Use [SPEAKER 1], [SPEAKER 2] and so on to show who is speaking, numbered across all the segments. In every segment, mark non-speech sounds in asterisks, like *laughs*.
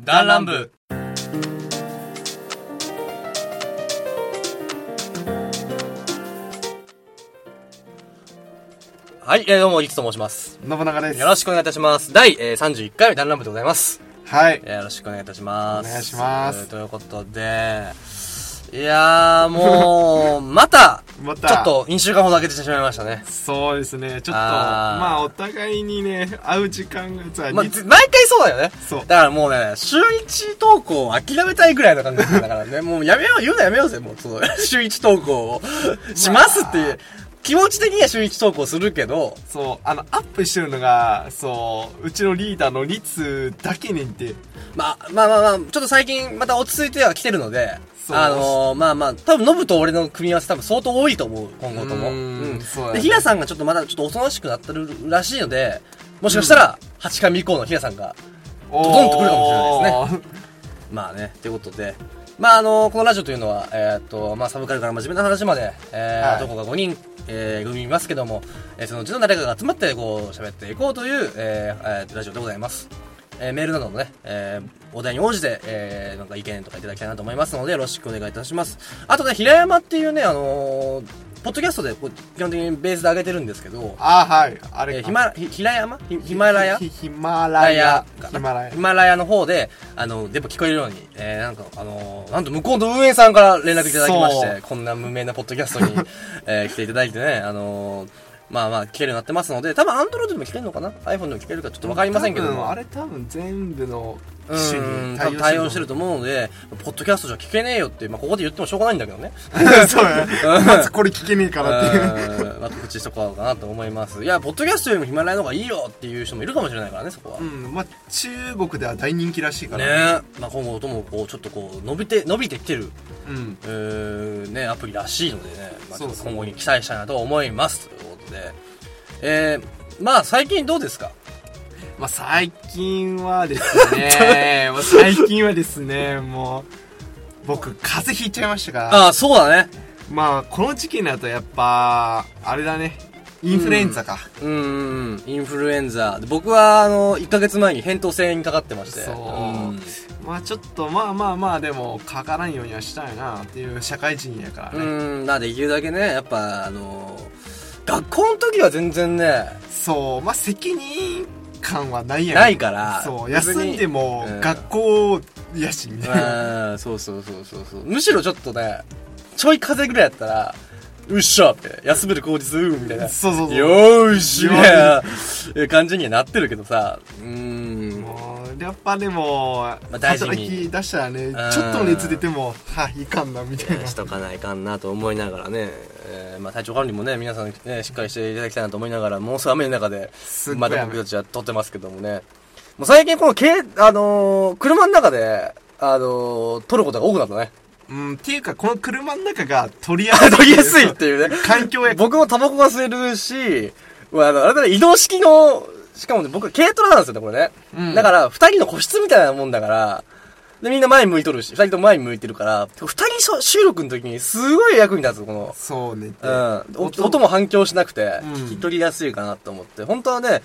[SPEAKER 1] ダンランブはい、えーどうも、いつと申します。
[SPEAKER 2] 信長です。
[SPEAKER 1] よろしくお願いいたします。第、えー、31回目ダンランブでございます。
[SPEAKER 2] はい
[SPEAKER 1] え。ーよろしくお願いいたします。
[SPEAKER 2] お願いします
[SPEAKER 1] えーということで、いやー、もう、
[SPEAKER 2] *laughs*
[SPEAKER 1] また、
[SPEAKER 2] また
[SPEAKER 1] ちょっと、2週間ほど空けてしまいましたね。
[SPEAKER 2] そうですね。ちょっと、
[SPEAKER 1] あー
[SPEAKER 2] まあ、お互いにね、会う時間がさ、
[SPEAKER 1] まあ、
[SPEAKER 2] に
[SPEAKER 1] ず毎回そうだよね。
[SPEAKER 2] そう
[SPEAKER 1] だからもうね、週一投稿を諦めたいぐらいの感じだから
[SPEAKER 2] *laughs*
[SPEAKER 1] ね、もうやめよう、言うのやめようぜ、もう、その、週一投稿をしますっていう。気持ち的には週一投稿するけど、
[SPEAKER 2] そう、あの、アップしてるのが、そう、うちのリーダーのリツだけにって、
[SPEAKER 1] まあ、まあまあまあ、ちょっと最近また落ち着いては来てるので、
[SPEAKER 2] そう
[SPEAKER 1] あのー、まあまあ、多分ノブと俺の組み合わせ多分相当多いと思う、今後とも。
[SPEAKER 2] うーんそうだ
[SPEAKER 1] で、
[SPEAKER 2] ね
[SPEAKER 1] ヒラさんがちょっとまだちょっとおとなしくなってるらしいので、もしかしたら、8回目以降のヒラさんが
[SPEAKER 2] お
[SPEAKER 1] ドンと来るかも
[SPEAKER 2] しれないですね。
[SPEAKER 1] まあね、ということで。まああの、このラジオというのは、えーっと、まあサブカルから真面目な話まで、えー
[SPEAKER 2] はい
[SPEAKER 1] どこか5人、えー組いますけども、えーそのうちの誰かが集まって、こう、喋っていこうという、えーえーラジオでございます。えーメールなどもね、えーお題に応じて、えーなんか意見とかいただきたいなと思いますので、よろしくお願いいたします。あとね、平山っていうね、あのーポッドキャストでこう基本的にベースで上げてるんですけど、
[SPEAKER 2] あー、はい。あ
[SPEAKER 1] え
[SPEAKER 2] れ
[SPEAKER 1] ーひま、ひ平山ひヒマラヤ
[SPEAKER 2] ヒヒマ
[SPEAKER 1] ヒマ
[SPEAKER 2] ラ
[SPEAKER 1] ラヤ
[SPEAKER 2] ヤ。ヒマラヤ
[SPEAKER 1] ヒ。マラヤの方で、あの、やっぱ聞こえるように、えー、なんか、あのーなんと向こうの運営さんから連絡いただきまして
[SPEAKER 2] そう、
[SPEAKER 1] こんな無名なポッドキャストに、 *laughs* えー来ていただいてね、あのーまあまあ、聞けるようになってますので、多分 Android でも聞けるのかな ?iPhone でも聞けるかちょっとわかりませんけど
[SPEAKER 2] 多分
[SPEAKER 1] も。
[SPEAKER 2] あれ多分全部の
[SPEAKER 1] う
[SPEAKER 2] 種
[SPEAKER 1] ん
[SPEAKER 2] に
[SPEAKER 1] 多分対応してると思うので、ポッドキャストじゃ聞けねえよって、まあ、ここで言ってもしょうがないんだけどね。 *laughs*
[SPEAKER 2] *laughs* そうね。まずこれ聞けねえからっていう。
[SPEAKER 1] うんまあ、告知しとこうかなと思います。いや、ポッドキャストよりもヒマラヤの方がいいよっていう人もいるかもしれないからね、そこは。
[SPEAKER 2] うん、まあ、中国では大人気らしいか
[SPEAKER 1] ね
[SPEAKER 2] ら。ね。
[SPEAKER 1] まあ、今後ともこうちょっとこう伸びて伸びてきてる、
[SPEAKER 2] うん。
[SPEAKER 1] えーね、アプリらしいのでね、まあ、ち
[SPEAKER 2] そ
[SPEAKER 1] ょ
[SPEAKER 2] う
[SPEAKER 1] っ
[SPEAKER 2] そう
[SPEAKER 1] と今後に期待したいなと思いますということで、えー、まあ最近どうですか
[SPEAKER 2] まあ、最近はですね、もう最近はです
[SPEAKER 1] *laughs*
[SPEAKER 2] ね、もう、僕、風邪ひいちゃいましたから、
[SPEAKER 1] ああそうだね
[SPEAKER 2] まあ、この時期になるとやっぱ、あれだね、インフルエンザか。
[SPEAKER 1] うーんインフルエンザで僕はあの1ヶ月前に扁桃腺にかかってまして
[SPEAKER 2] そう
[SPEAKER 1] うん
[SPEAKER 2] まあ、ちょっと、まあまあまあ、でも、かからんようにはしたいな、っていう社会人やから
[SPEAKER 1] う
[SPEAKER 2] ね。
[SPEAKER 1] んまあできるだけねやっぱあの学校の時は全然ね
[SPEAKER 2] そう、まあ、責任感はないやん。
[SPEAKER 1] ないから
[SPEAKER 2] そう、
[SPEAKER 1] 別に
[SPEAKER 2] 休んでも
[SPEAKER 1] うん、
[SPEAKER 2] 学校やし、みたいな。
[SPEAKER 1] うんそうそうそうそうそうむしろちょっとねちょい風ぐらいやったらうっしゃって休める口実うんみたいなよ
[SPEAKER 2] そうそうそう。
[SPEAKER 1] ーしみたいな感じにはなってるけどさうーん
[SPEAKER 2] もうやっぱでも、
[SPEAKER 1] あ大事に
[SPEAKER 2] 働き出したらねちょっとの熱出てもはいいかんなみたいな
[SPEAKER 1] しとかないかんなと思いながらね、えーまあ、体調管理もね皆さん、ね、しっかりしていただきたいなと思いながらもうすぐ雨の中です
[SPEAKER 2] っご
[SPEAKER 1] ま
[SPEAKER 2] い雨
[SPEAKER 1] た僕たちは撮ってますけどもねもう最近この軽、あのー車の中で、あのー撮ることが多くなったね
[SPEAKER 2] うんっていうかこの車の中が *laughs* 取りやすい
[SPEAKER 1] 取りやすいっていう *laughs* ね
[SPEAKER 2] 環境や
[SPEAKER 1] 僕もタバコが吸えるし、まあ、あのあれだね、移動式の、しかもね、僕、軽トラなんですよね、これね。
[SPEAKER 2] うん
[SPEAKER 1] だから、二人の個室みたいなもんだから、で、みんな前向いとるし、二人とも前向いてるから、二人しょ収録の時にすごい役に立つ、この。
[SPEAKER 2] そうね
[SPEAKER 1] うん。お音も反響しなくて、
[SPEAKER 2] うん
[SPEAKER 1] 聞き取りやすいかなと思って。本当はね、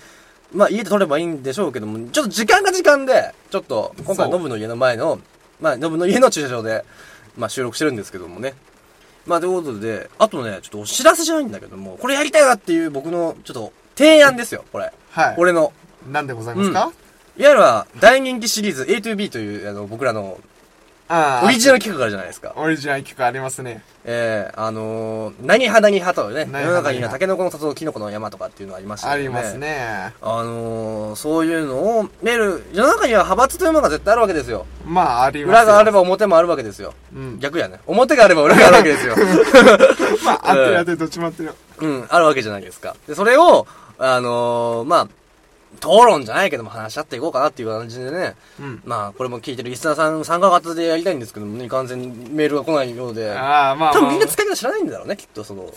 [SPEAKER 1] まあ家で撮ればいいんでしょうけども、ちょっと時間が時間で、ちょっと、今回
[SPEAKER 2] そう
[SPEAKER 1] ノブの家の前の、まあノブの家の駐車場で、まあ収録してるんですけどもね。まあということで、あとね、ちょっとお知らせじゃないんだけども、これやりたいなっていう僕の、ちょっと、提案ですよ、これ。
[SPEAKER 2] はい
[SPEAKER 1] 俺の。
[SPEAKER 2] なんでございますか、
[SPEAKER 1] うんいわゆるは、大人気シリーズ A to B という、あの、僕らの、
[SPEAKER 2] ああ
[SPEAKER 1] オリジナル企画があるじゃないですか。
[SPEAKER 2] オリジナル曲ありますね
[SPEAKER 1] ええあのー、何派何派というね、
[SPEAKER 2] 何
[SPEAKER 1] 世
[SPEAKER 2] 派
[SPEAKER 1] の中には
[SPEAKER 2] 何派
[SPEAKER 1] タケノコの里、キノコの山とかっていうのがありました
[SPEAKER 2] あります。ね
[SPEAKER 1] あのー、そういうのを、メール、世の中には派閥というものが絶対あるわけですよ。
[SPEAKER 2] まああります
[SPEAKER 1] 裏があれ
[SPEAKER 2] ば
[SPEAKER 1] ば表もあるわけですよ。
[SPEAKER 2] うん
[SPEAKER 1] 逆やね。表があれば裏があるわけ
[SPEAKER 2] *laughs*
[SPEAKER 1] ですよ。
[SPEAKER 2] まああってるあってるどっちもあってる
[SPEAKER 1] うん、あるわけじゃないですか。で、それを、あのー、まあ、討論じゃないけども話し合っていこうかなっていう感じでね、
[SPEAKER 2] うん
[SPEAKER 1] まあ、これも聞いてるリスナーさん参加型でやりたいんですけどもね、完全にメールが来ないようで、
[SPEAKER 2] ああまあ、
[SPEAKER 1] 多
[SPEAKER 2] ま
[SPEAKER 1] 分
[SPEAKER 2] あ
[SPEAKER 1] みんな使い方知らないんだろうね、きっとその、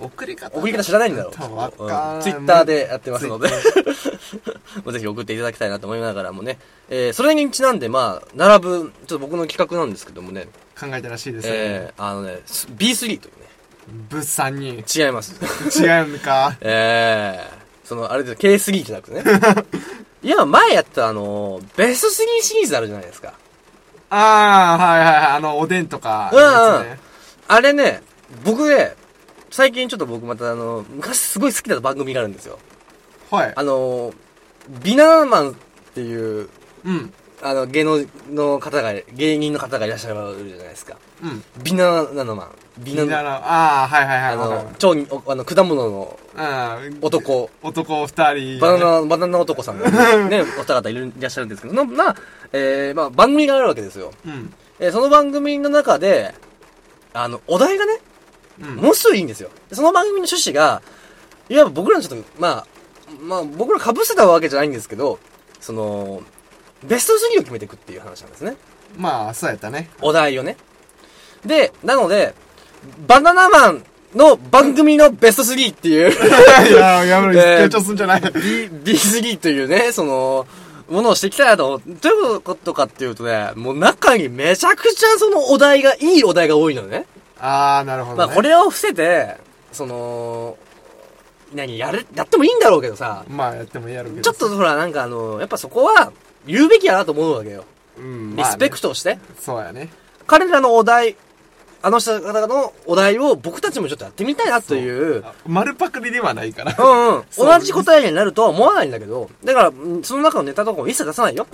[SPEAKER 2] 送り方
[SPEAKER 1] 送り方知らないんだろう。
[SPEAKER 2] 多分わかんない
[SPEAKER 1] ツイッターでやってますので。まあぜひ送っていただきたいなと思いながらもね。えーそれにちなんで、まあ、並ぶ、ちょっと僕の企画なんですけどもね。
[SPEAKER 2] 考えたらしいですね、
[SPEAKER 1] えー、あのね、す B3 という
[SPEAKER 2] 物産に
[SPEAKER 1] ね。違います。
[SPEAKER 2] 違うのか *laughs*
[SPEAKER 1] えー、その、あれです、K3 じゃなくてね。今前やったあの、ベスト3シリーズあるじゃないですか。
[SPEAKER 2] ああ、はいはいはい。あの、おでんとか、
[SPEAKER 1] うんうん
[SPEAKER 2] やつね
[SPEAKER 1] あれね、僕ね、最近ちょっと僕またあの、昔すごい好きだった番組があるんですよ。
[SPEAKER 2] はい。
[SPEAKER 1] あの、ビナナマンっていう、
[SPEAKER 2] うん。
[SPEAKER 1] あの、芸能の方が、芸人の方がいらっしゃるじゃないですか。
[SPEAKER 2] うん。
[SPEAKER 1] ビナナマン。ビ
[SPEAKER 2] み
[SPEAKER 1] ナ
[SPEAKER 2] んな
[SPEAKER 1] ナ、
[SPEAKER 2] の、ああ、はいはいはい
[SPEAKER 1] あ
[SPEAKER 2] わ
[SPEAKER 1] の、超、おあの、果物の
[SPEAKER 2] かる。うん。
[SPEAKER 1] 男。
[SPEAKER 2] 男二人。
[SPEAKER 1] バナナ、バナナ男 *laughs* さんがね、お二方いるいらっしゃるんですけど、のな、えー、まあ、番組があるわけですよ。
[SPEAKER 2] うん。
[SPEAKER 1] えーその番組の中で、あの、お題がね、
[SPEAKER 2] うん。
[SPEAKER 1] ものすごいいいんですよ。その番組の趣旨が、いわば僕らのちょっと、まあ、まあ、僕ら被せたわけじゃないんですけど、その、ベスト3を決めていくっていう話なんですね。
[SPEAKER 2] まあ、そうやっ
[SPEAKER 1] *laughs*
[SPEAKER 2] たね。
[SPEAKER 1] お題をね。で、なので、バナナマンの番組のベスト3っていう、
[SPEAKER 2] *laughs* いや、やめろ、
[SPEAKER 1] えー
[SPEAKER 2] 緊張すんじゃない。
[SPEAKER 1] B、B3 というね、その、ものをしていきたいなと思って。どういうことかっていうとね、もう中にめちゃくちゃそのお題が、いいお題が多いのね。
[SPEAKER 2] ああ、なるほど、ね。
[SPEAKER 1] まあこれを伏せて、その、何、やる、やってもいいんだろうけどさ、
[SPEAKER 2] まあ、やってもやるけど。
[SPEAKER 1] ちょっと、ほらなんかあの、やっぱそこは、言うべきやなと思うわけよ。
[SPEAKER 2] うん、
[SPEAKER 1] リスペクトをして。
[SPEAKER 2] ト。そうやね。
[SPEAKER 1] 彼らのお題、あの人方のお題を僕たちもちょっとやってみたいなという、
[SPEAKER 2] あ丸パクリではな
[SPEAKER 1] *laughs*
[SPEAKER 2] いから。
[SPEAKER 1] うんうん。
[SPEAKER 2] そう
[SPEAKER 1] 同じ答えになるとは思わないんだけど、だから、うんその中のネタとかも一切出さないよ。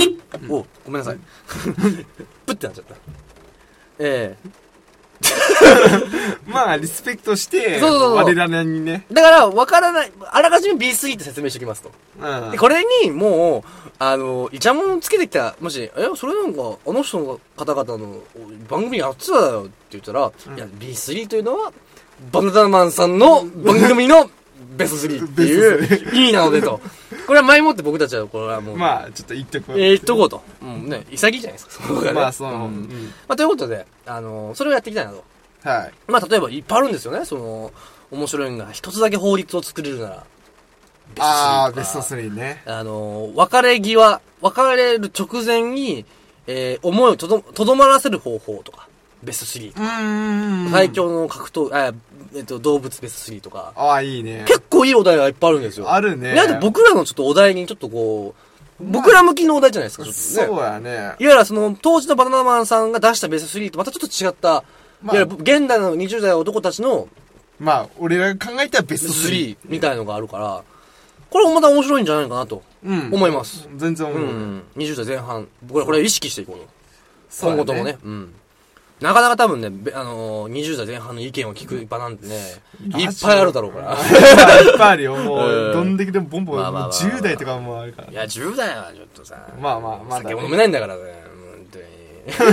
[SPEAKER 1] おごめんなさい。 *laughs* プってなっちゃった。ええ
[SPEAKER 2] まあ、リスペクトして、
[SPEAKER 1] そうそうそう
[SPEAKER 2] 我らにね。
[SPEAKER 1] だから、わからない、あらかじめ B3 って説明しておきますと。
[SPEAKER 2] うん
[SPEAKER 1] で、。これに、もう、あの、イチャモンつけてきた、もし、え、それなんか、あの人の方々の番組やってたよって言ったら、いや、B3 というのは、バナナマンさんの番組のベスト3って
[SPEAKER 2] *laughs*
[SPEAKER 1] いう意味なのでと。これは前もって僕たちは、これはもう、
[SPEAKER 2] まあ、ちょっと言ってこ
[SPEAKER 1] えー、言っとこうと。うん、ね、潔いじゃないですか、そこがね
[SPEAKER 2] まあ、そう。うんん
[SPEAKER 1] まあ、ということで、あのーそれをやっていきたいなと。
[SPEAKER 2] はい。
[SPEAKER 1] まあ、例えば、いっぱいあるんですよね、その、面白いのが、一つだけ法律を作れるなら、ベスト3とか
[SPEAKER 2] ああ、ベスト3ね。
[SPEAKER 1] あのー別れ際、別れる直前に、えー思いをとど、とどまらせる方法とか、ベスト3。
[SPEAKER 2] うーん。
[SPEAKER 1] 最。強の格闘、あえっと、動物ベスト3とか、
[SPEAKER 2] ああ、いいね。
[SPEAKER 1] 結構いいお題がいっぱいあるんですよ。
[SPEAKER 2] あるね
[SPEAKER 1] であと僕らのちょっとお題にちょっとこう、僕ら向きのお題じゃないですか、ちょっとね。
[SPEAKER 2] そうやね。
[SPEAKER 1] いわゆるその、当時のバナナマンさんが出したベスト3とまたちょっと違った、
[SPEAKER 2] まあ
[SPEAKER 1] いわゆる現代の20代男たちの
[SPEAKER 2] まあ、俺らが考えたらベスト3。
[SPEAKER 1] 3みたいのがあるから、これもまた面白いんじゃないかなと
[SPEAKER 2] うん
[SPEAKER 1] 思います。
[SPEAKER 2] 全然思
[SPEAKER 1] うん。
[SPEAKER 2] う。
[SPEAKER 1] 20代前半、僕らこれを意識していこうと。
[SPEAKER 2] そう
[SPEAKER 1] 今
[SPEAKER 2] や
[SPEAKER 1] 後ともね。。うん。なかなか多分ね、べあのー、20代前半の意見を聞く場なんてね、いっぱいあるだろうから。
[SPEAKER 2] いっぱい
[SPEAKER 1] *laughs*
[SPEAKER 2] あるよ。も
[SPEAKER 1] うん
[SPEAKER 2] う、どんだけでもボンボン、
[SPEAKER 1] まあまあまあ
[SPEAKER 2] もう10代とかもあるから
[SPEAKER 1] い。や、10代はちょっとさ、
[SPEAKER 2] まあまあまだね
[SPEAKER 1] 酒も飲めないんだからね、本 *laughs* 当に。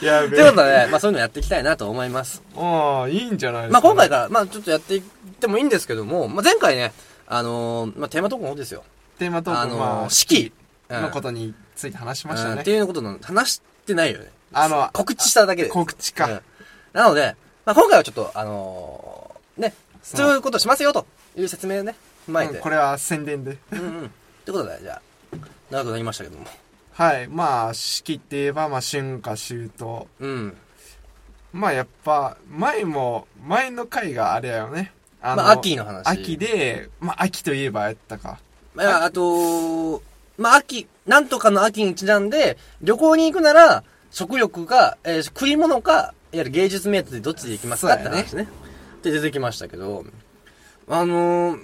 [SPEAKER 2] いや、
[SPEAKER 1] ということでね、まあそういうのやっていきたいなと思います。
[SPEAKER 2] ああ、いいんじゃないです
[SPEAKER 1] まあ、
[SPEAKER 2] か。
[SPEAKER 1] 今回から、まあ、ちょっとやっていってもいいんですけども、まあ、前回ね、あのーまあ、テーマトークの方ですよ。
[SPEAKER 2] テーマトー
[SPEAKER 1] あ
[SPEAKER 2] ク、
[SPEAKER 1] の
[SPEAKER 2] ま
[SPEAKER 1] ー、四季。
[SPEAKER 2] あ、のこととについて話しました
[SPEAKER 1] って
[SPEAKER 2] ね。
[SPEAKER 1] いうことなの、話してないよね。
[SPEAKER 2] あの
[SPEAKER 1] 告知しただけで。
[SPEAKER 2] 告知
[SPEAKER 1] うん
[SPEAKER 2] か。
[SPEAKER 1] なので、まあ、今回はちょっと、あのーね、
[SPEAKER 2] そう
[SPEAKER 1] そういうことしますよ、という説明をね、踏まえ
[SPEAKER 2] う
[SPEAKER 1] て。
[SPEAKER 2] んこれは宣伝で。
[SPEAKER 1] うんうん。ということで、じゃあ、長くなりましたけども。
[SPEAKER 2] はい。まあ、四季って言えば、まあ、春夏秋冬。
[SPEAKER 1] うん。
[SPEAKER 2] まあ、やっぱ、前も、前の回があれやよね。あ
[SPEAKER 1] まあ、秋の話。
[SPEAKER 2] 秋。で、まあ、秋といえばやったか。
[SPEAKER 1] まあ、あとまあ、秋、なんとかの秋にちなんで、旅行に行くなら、食欲か、えー食い物か、いわゆる芸術名でどっちで行きますかって
[SPEAKER 2] そうやね
[SPEAKER 1] 話ね。で、出てきましたけど、あのー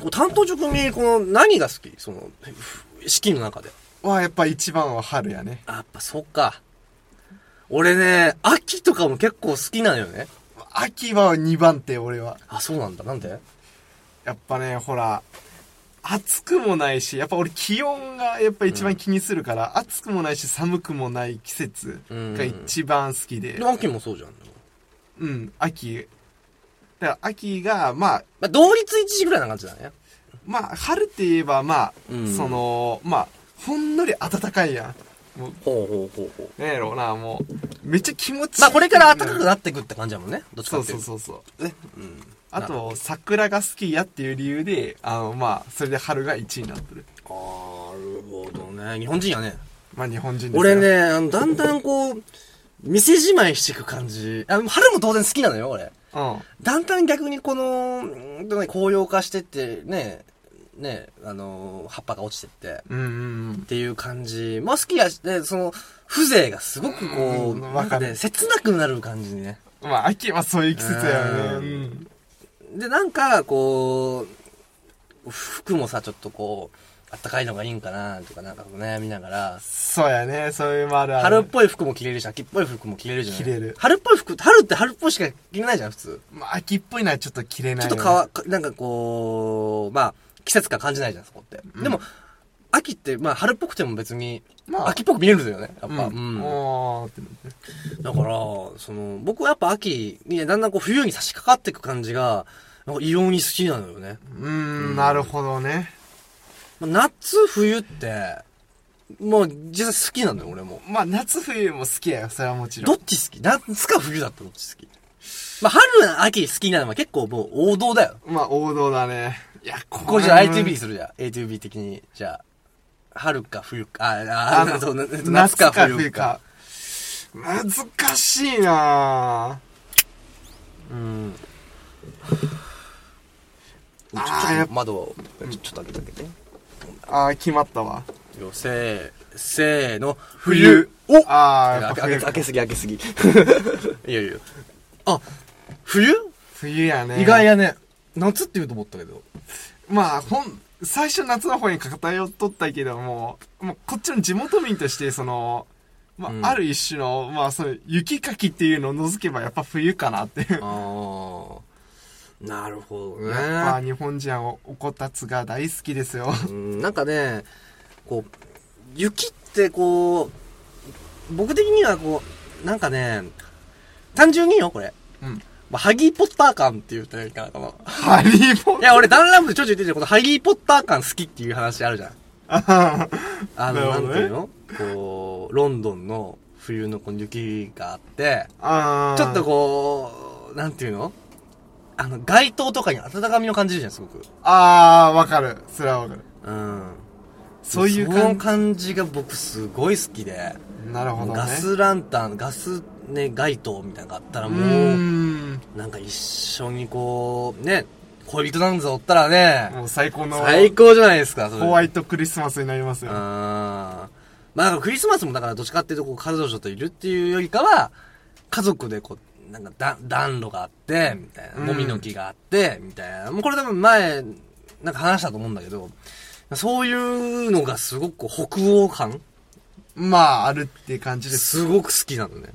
[SPEAKER 1] こう担当直入にこの何が好きその、四季の中で。
[SPEAKER 2] は、やっぱ一番は春やね。
[SPEAKER 1] あやっぱそっか。俺ね、秋とかも結構好きなのよね。
[SPEAKER 2] 秋は二番手、俺は。
[SPEAKER 1] あ、そうなんだ。なんで
[SPEAKER 2] やっぱね、ほら、暑くもないし、やっぱ俺気温がやっぱ一番気にするから、暑くもないし寒くもない季節が一番好きで。
[SPEAKER 1] で秋もそうじゃん。
[SPEAKER 2] うん、秋。だから秋が、まあ、
[SPEAKER 1] まあ、同率一時ぐらいな感じだね。
[SPEAKER 2] まあ、春って言えば、まあ、
[SPEAKER 1] うん
[SPEAKER 2] その、まあ、ほんのり暖かいやん。もう、
[SPEAKER 1] ほうほうほうほう。
[SPEAKER 2] なんやろうな、もう、めっちゃ気持ちいい。
[SPEAKER 1] まあこれから暖かくなってくって感じだもんね。どっち
[SPEAKER 2] そ
[SPEAKER 1] か
[SPEAKER 2] う
[SPEAKER 1] ってい
[SPEAKER 2] そうう
[SPEAKER 1] と。
[SPEAKER 2] そうそう。
[SPEAKER 1] ね。うん。
[SPEAKER 2] あと、桜が好きやっていう理由で、あの、まあ、それで春が1位になってる。
[SPEAKER 1] あーなるほどね。日本人やね。
[SPEAKER 2] まあ、日本人ですから
[SPEAKER 1] 俺。ね、あの、だんだんこう、店じまいしていく感じ。あ、春も当然好きなのよ、俺。
[SPEAKER 2] うん。
[SPEAKER 1] だんだん逆にこの、うんとね、高揚化してってね、ね、あのー葉っぱが落ちてって、
[SPEAKER 2] うんうん
[SPEAKER 1] っていう感じも好きやし、で、その、風情がすごくこ
[SPEAKER 2] うん
[SPEAKER 1] う、
[SPEAKER 2] わかる
[SPEAKER 1] で、切なくなる感じにね。
[SPEAKER 2] うん。まあ、秋はそういう季節だよね。
[SPEAKER 1] う
[SPEAKER 2] うん。
[SPEAKER 1] で、なんか、こう、服もさ、ちょっとこう、あったかいのがいいんかなとか、なんかこう悩みながら、
[SPEAKER 2] そうやね。そういうもあるある。
[SPEAKER 1] 春っぽい服も着れるし、秋っぽい服も着れるじゃない
[SPEAKER 2] 着れる
[SPEAKER 1] 春っぽい服って、春って春っぽいしか着れないじゃん、普通。
[SPEAKER 2] まあ、秋っぽいのはちょっと着れな
[SPEAKER 1] ちょっ
[SPEAKER 2] い、ね。
[SPEAKER 1] とかわ、かなんかこう、まあ、季節感感じないじゃん、そこって。でも、秋って、まあ、春っぽくても別に、
[SPEAKER 2] まあ
[SPEAKER 1] 秋っぽく見えるんですよね、やっぱ。
[SPEAKER 2] う。
[SPEAKER 1] うんん
[SPEAKER 2] おーってなって。
[SPEAKER 1] だから、その、僕はやっぱ秋にね、だんだんこう冬に差し掛かっていく感じが、なんか異様に好きなのよね。
[SPEAKER 2] うーん、なるほどね。
[SPEAKER 1] まあ夏、冬って、もう実際好きなのよ、俺も。
[SPEAKER 2] まあ、夏冬も好きやよ。それはもちろ
[SPEAKER 1] ど
[SPEAKER 2] ん
[SPEAKER 1] っ。ち好き夏か冬だったらどっち好きまあ、春、秋好きなのは結構もう王道だよ。
[SPEAKER 2] まあ、王道だね。いや、こ
[SPEAKER 1] これじゃあ
[SPEAKER 2] れ
[SPEAKER 1] A2B するじゃん。A2B 的に、じゃあ、春か冬か、あ、あ
[SPEAKER 2] あ
[SPEAKER 1] あ *laughs*
[SPEAKER 2] の
[SPEAKER 1] そうな
[SPEAKER 2] 夏
[SPEAKER 1] 夏
[SPEAKER 2] か
[SPEAKER 1] か
[SPEAKER 2] 冬
[SPEAKER 1] 冬
[SPEAKER 2] か
[SPEAKER 1] か。。
[SPEAKER 2] 難しいな
[SPEAKER 1] うん。ちょ
[SPEAKER 2] あ
[SPEAKER 1] ちょ
[SPEAKER 2] ーや
[SPEAKER 1] っ
[SPEAKER 2] っ
[SPEAKER 1] と窓を、ちょちょっと開けてあげて。
[SPEAKER 2] ぁ。ああ、決まったわ。
[SPEAKER 1] よせー、せーの、
[SPEAKER 2] お
[SPEAKER 1] お
[SPEAKER 2] ああ、や
[SPEAKER 1] 開
[SPEAKER 2] っ
[SPEAKER 1] け
[SPEAKER 2] ぱ
[SPEAKER 1] 開け
[SPEAKER 2] 冬か
[SPEAKER 1] 開けすぎ開け
[SPEAKER 2] *laughs*
[SPEAKER 1] すぎ。いやいや。あ、冬、
[SPEAKER 2] 冬やね。
[SPEAKER 1] 意外。やね。夏って言うと思ったけど。
[SPEAKER 2] まあ、ほん、最初夏の方に偏っとったけども、もうこっちの地元民として、その、まあ、
[SPEAKER 1] うん
[SPEAKER 2] ある一種の、まあ、その、雪かきっていうのを除けば、やっぱ冬かなっていう。
[SPEAKER 1] ああ。なるほど
[SPEAKER 2] やっぱ
[SPEAKER 1] ね。
[SPEAKER 2] 日本人はおこたつが大好きですよ。
[SPEAKER 1] うん、なんかね、こう、雪ってこう、僕的にはこう、なんかね、単純によ、これ。
[SPEAKER 2] うん。
[SPEAKER 1] まあ、ハギーポッター感って言ったらいいかな、この。
[SPEAKER 2] ハリーポッ
[SPEAKER 1] いや、俺、ダンラムでちょちょ言ってるじゃん、このハギーポッター感好きっていう話あるじゃん。
[SPEAKER 2] ター。
[SPEAKER 1] あの、
[SPEAKER 2] な
[SPEAKER 1] な
[SPEAKER 2] るほ
[SPEAKER 1] ん
[SPEAKER 2] ど
[SPEAKER 1] て
[SPEAKER 2] ね
[SPEAKER 1] いうのこう、ロンドンの冬のこの雪があって、
[SPEAKER 2] あー
[SPEAKER 1] ちょっとこう、なんていうのあの、街灯とかに温かみを感じるじゃん、すごく。
[SPEAKER 2] ああ、わかる。それはわかる。
[SPEAKER 1] うん。
[SPEAKER 2] そういう
[SPEAKER 1] その
[SPEAKER 2] 感
[SPEAKER 1] 感じが僕すごい好きで、
[SPEAKER 2] じ。なるほどね。
[SPEAKER 1] ガスランタン、ガスね、街灯みたいなのがあったら
[SPEAKER 2] う
[SPEAKER 1] もう、
[SPEAKER 2] ーん。
[SPEAKER 1] なんか一緒にこう、ね、恋人なんぞおったらね、
[SPEAKER 2] もう最高の
[SPEAKER 1] 最高じゃないですか、それ。
[SPEAKER 2] ホワイトクリスマスになりますよ。
[SPEAKER 1] あーまあだからクリスマスもだからどっちかっていうとこう彼女といるっていうよりかは、家族でこう、なんかだ暖炉があって、みたい
[SPEAKER 2] うん
[SPEAKER 1] な、もみの木があって、みたいな。もうこれ多分前、なんか話したと思うんだけど、そういうのがすごく北欧感
[SPEAKER 2] まあ、あるっていう感じです。
[SPEAKER 1] すごく好きなのね。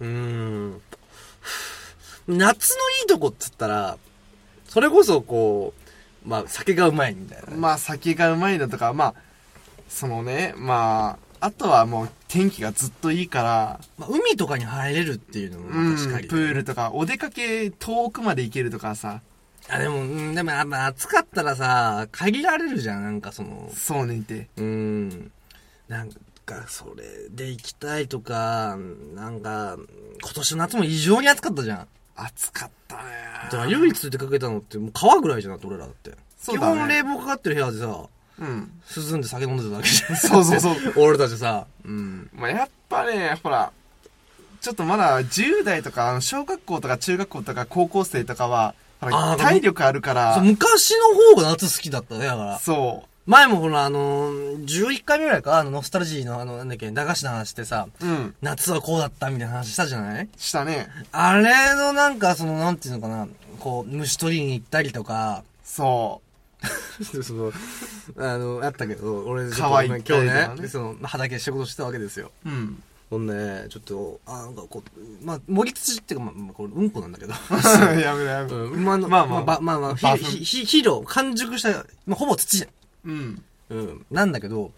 [SPEAKER 1] うーん。夏のいいとこって言ったら、それこそこう、まあ酒がうまいみたいなね、
[SPEAKER 2] まあ、酒がうまいのとか、まあ、そのね、まあ、あとはもう天気がずっといいから、
[SPEAKER 1] まあ海とかに入れるっていうのも
[SPEAKER 2] うん、プ
[SPEAKER 1] 確かに。
[SPEAKER 2] ールとか、お出かけ遠くまで行けるとかさ、
[SPEAKER 1] あ、でも、うん、でも、あまあ、暑かったらさ、限られるじゃん、なんかその、
[SPEAKER 2] そうねって。
[SPEAKER 1] うん、なんか、それで行きたいとか、なんか、今年の夏も異常に暑かったじゃん。
[SPEAKER 2] 暑かったね
[SPEAKER 1] だから唯一出かけたのって、もう川ぐらいじゃなくて、俺らだって。
[SPEAKER 2] そうだね
[SPEAKER 1] 基本冷房かかってる部屋でさ、
[SPEAKER 2] うん。
[SPEAKER 1] 涼んで酒飲んでただけじゃん。
[SPEAKER 2] そうそうそう。
[SPEAKER 1] *laughs* 俺たちさ、うん。
[SPEAKER 2] まあ、やっぱね、ほら、ちょっとまだ10代とか、あの小学校とか中学校とか高校生とかは、ほら
[SPEAKER 1] あー
[SPEAKER 2] 体力あるか
[SPEAKER 1] そう
[SPEAKER 2] ら、
[SPEAKER 1] 昔の方が夏好きだったね、だから。
[SPEAKER 2] そ
[SPEAKER 1] 前もほら、あのー、11回目ぐらいか、あの、ノスタルジーの、あの、なんだっけ、駄菓子の話してさ、
[SPEAKER 2] う。うん。
[SPEAKER 1] 夏はこうだったみたいな話したじゃない
[SPEAKER 2] したね。
[SPEAKER 1] あれのなんか、その、なんていうのかな、こう、虫取りに行ったりとか、
[SPEAKER 2] そ
[SPEAKER 1] *laughs* その、あの、あったけど、俺、ちょっと
[SPEAKER 2] 川行
[SPEAKER 1] 今
[SPEAKER 2] っ
[SPEAKER 1] 日
[SPEAKER 2] たりとかね
[SPEAKER 1] ね、その、畑で仕事してたわけですよ。
[SPEAKER 2] う。うん。
[SPEAKER 1] ほんで、ちょっと、あ、なんかこう、まあ、盛り土っていうか、まあまあ、これ、うんこなんだけど。
[SPEAKER 2] *laughs* やめろや
[SPEAKER 1] *laughs* う
[SPEAKER 2] めろ。
[SPEAKER 1] ん、馬の、ま
[SPEAKER 2] まあ
[SPEAKER 1] あ
[SPEAKER 2] ま
[SPEAKER 1] ま
[SPEAKER 2] あ
[SPEAKER 1] あ、ばまあまあ、
[SPEAKER 2] バ
[SPEAKER 1] ひ、
[SPEAKER 2] フ
[SPEAKER 1] ひ、ひ、肥料、完熟した、まあ、ほぼ土じゃん。
[SPEAKER 2] うん。
[SPEAKER 1] うん、なんだけど、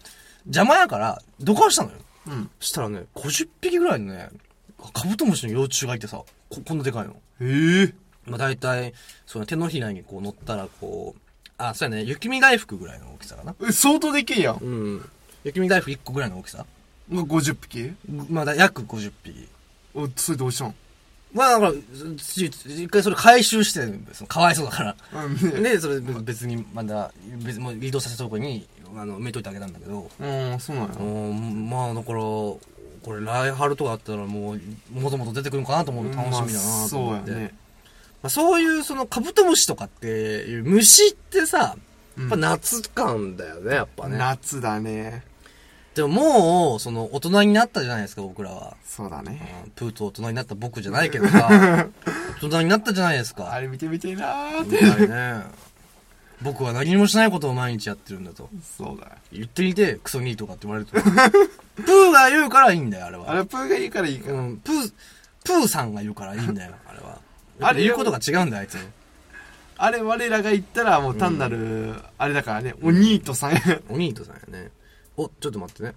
[SPEAKER 1] 邪魔やから、どかしたのよ。
[SPEAKER 2] うん。
[SPEAKER 1] したらね、50匹ぐらいのね、カブトムシの幼虫がいてさ、こ、こんなでかいの。
[SPEAKER 2] ええ
[SPEAKER 1] まあ、大体、その手のひらにこう乗ったらこう、あ、そうやね、雪見大福ぐらいの大きさかな。
[SPEAKER 2] え相当でけえやん。
[SPEAKER 1] うん。雪見大福1個ぐらいの大きさ。
[SPEAKER 2] もう50匹
[SPEAKER 1] まあだ約50匹。
[SPEAKER 2] お、それどうしたん
[SPEAKER 1] まあだから、つ一回それ回収して、そのかわいそうだから。
[SPEAKER 2] うんね。
[SPEAKER 1] で、それ別別にまだ、別にもう移動させたとこに、あの、埋めといてあげたんだけど、
[SPEAKER 2] うん、そうなんや
[SPEAKER 1] う。ん、まあだから、これ来春とかあったらもう、もともと出てくるのかなと思うと楽しみだ
[SPEAKER 2] まあ
[SPEAKER 1] なと
[SPEAKER 2] そう
[SPEAKER 1] 思
[SPEAKER 2] や
[SPEAKER 1] って。
[SPEAKER 2] ね。
[SPEAKER 1] まあ、そういうそのカブトムシとかっていう虫ってさ、
[SPEAKER 2] うん
[SPEAKER 1] ぱ夏感だよね、やっぱね。
[SPEAKER 2] 夏だね。
[SPEAKER 1] でももう、その、大人になったじゃないですか、僕らは。
[SPEAKER 2] そうだね。
[SPEAKER 1] うんプーと大人になった僕じゃないけど
[SPEAKER 2] *laughs*
[SPEAKER 1] さ、大人になったじゃないですか。
[SPEAKER 2] あれ見てみてえなーって。
[SPEAKER 1] うまいね。 *laughs* 僕は何もしないことを毎日やってるんだと。
[SPEAKER 2] そうだよ。
[SPEAKER 1] 言ってみて、クソニーとかって言われる
[SPEAKER 2] *laughs*
[SPEAKER 1] と。プーが言うからいいんだよ、あれは。
[SPEAKER 2] あれプーがいいからいいから。
[SPEAKER 1] うん、プー、プーさんが言うからいいんだよ、あれは。あ
[SPEAKER 2] あ
[SPEAKER 1] れ
[SPEAKER 2] れ
[SPEAKER 1] 言うことが違うんだよ、あいつ。
[SPEAKER 2] あれ我らが言ったらもう単なる、あれだからね、お兄とさん。
[SPEAKER 1] おニートさんやね。お、ちょっと待ってね。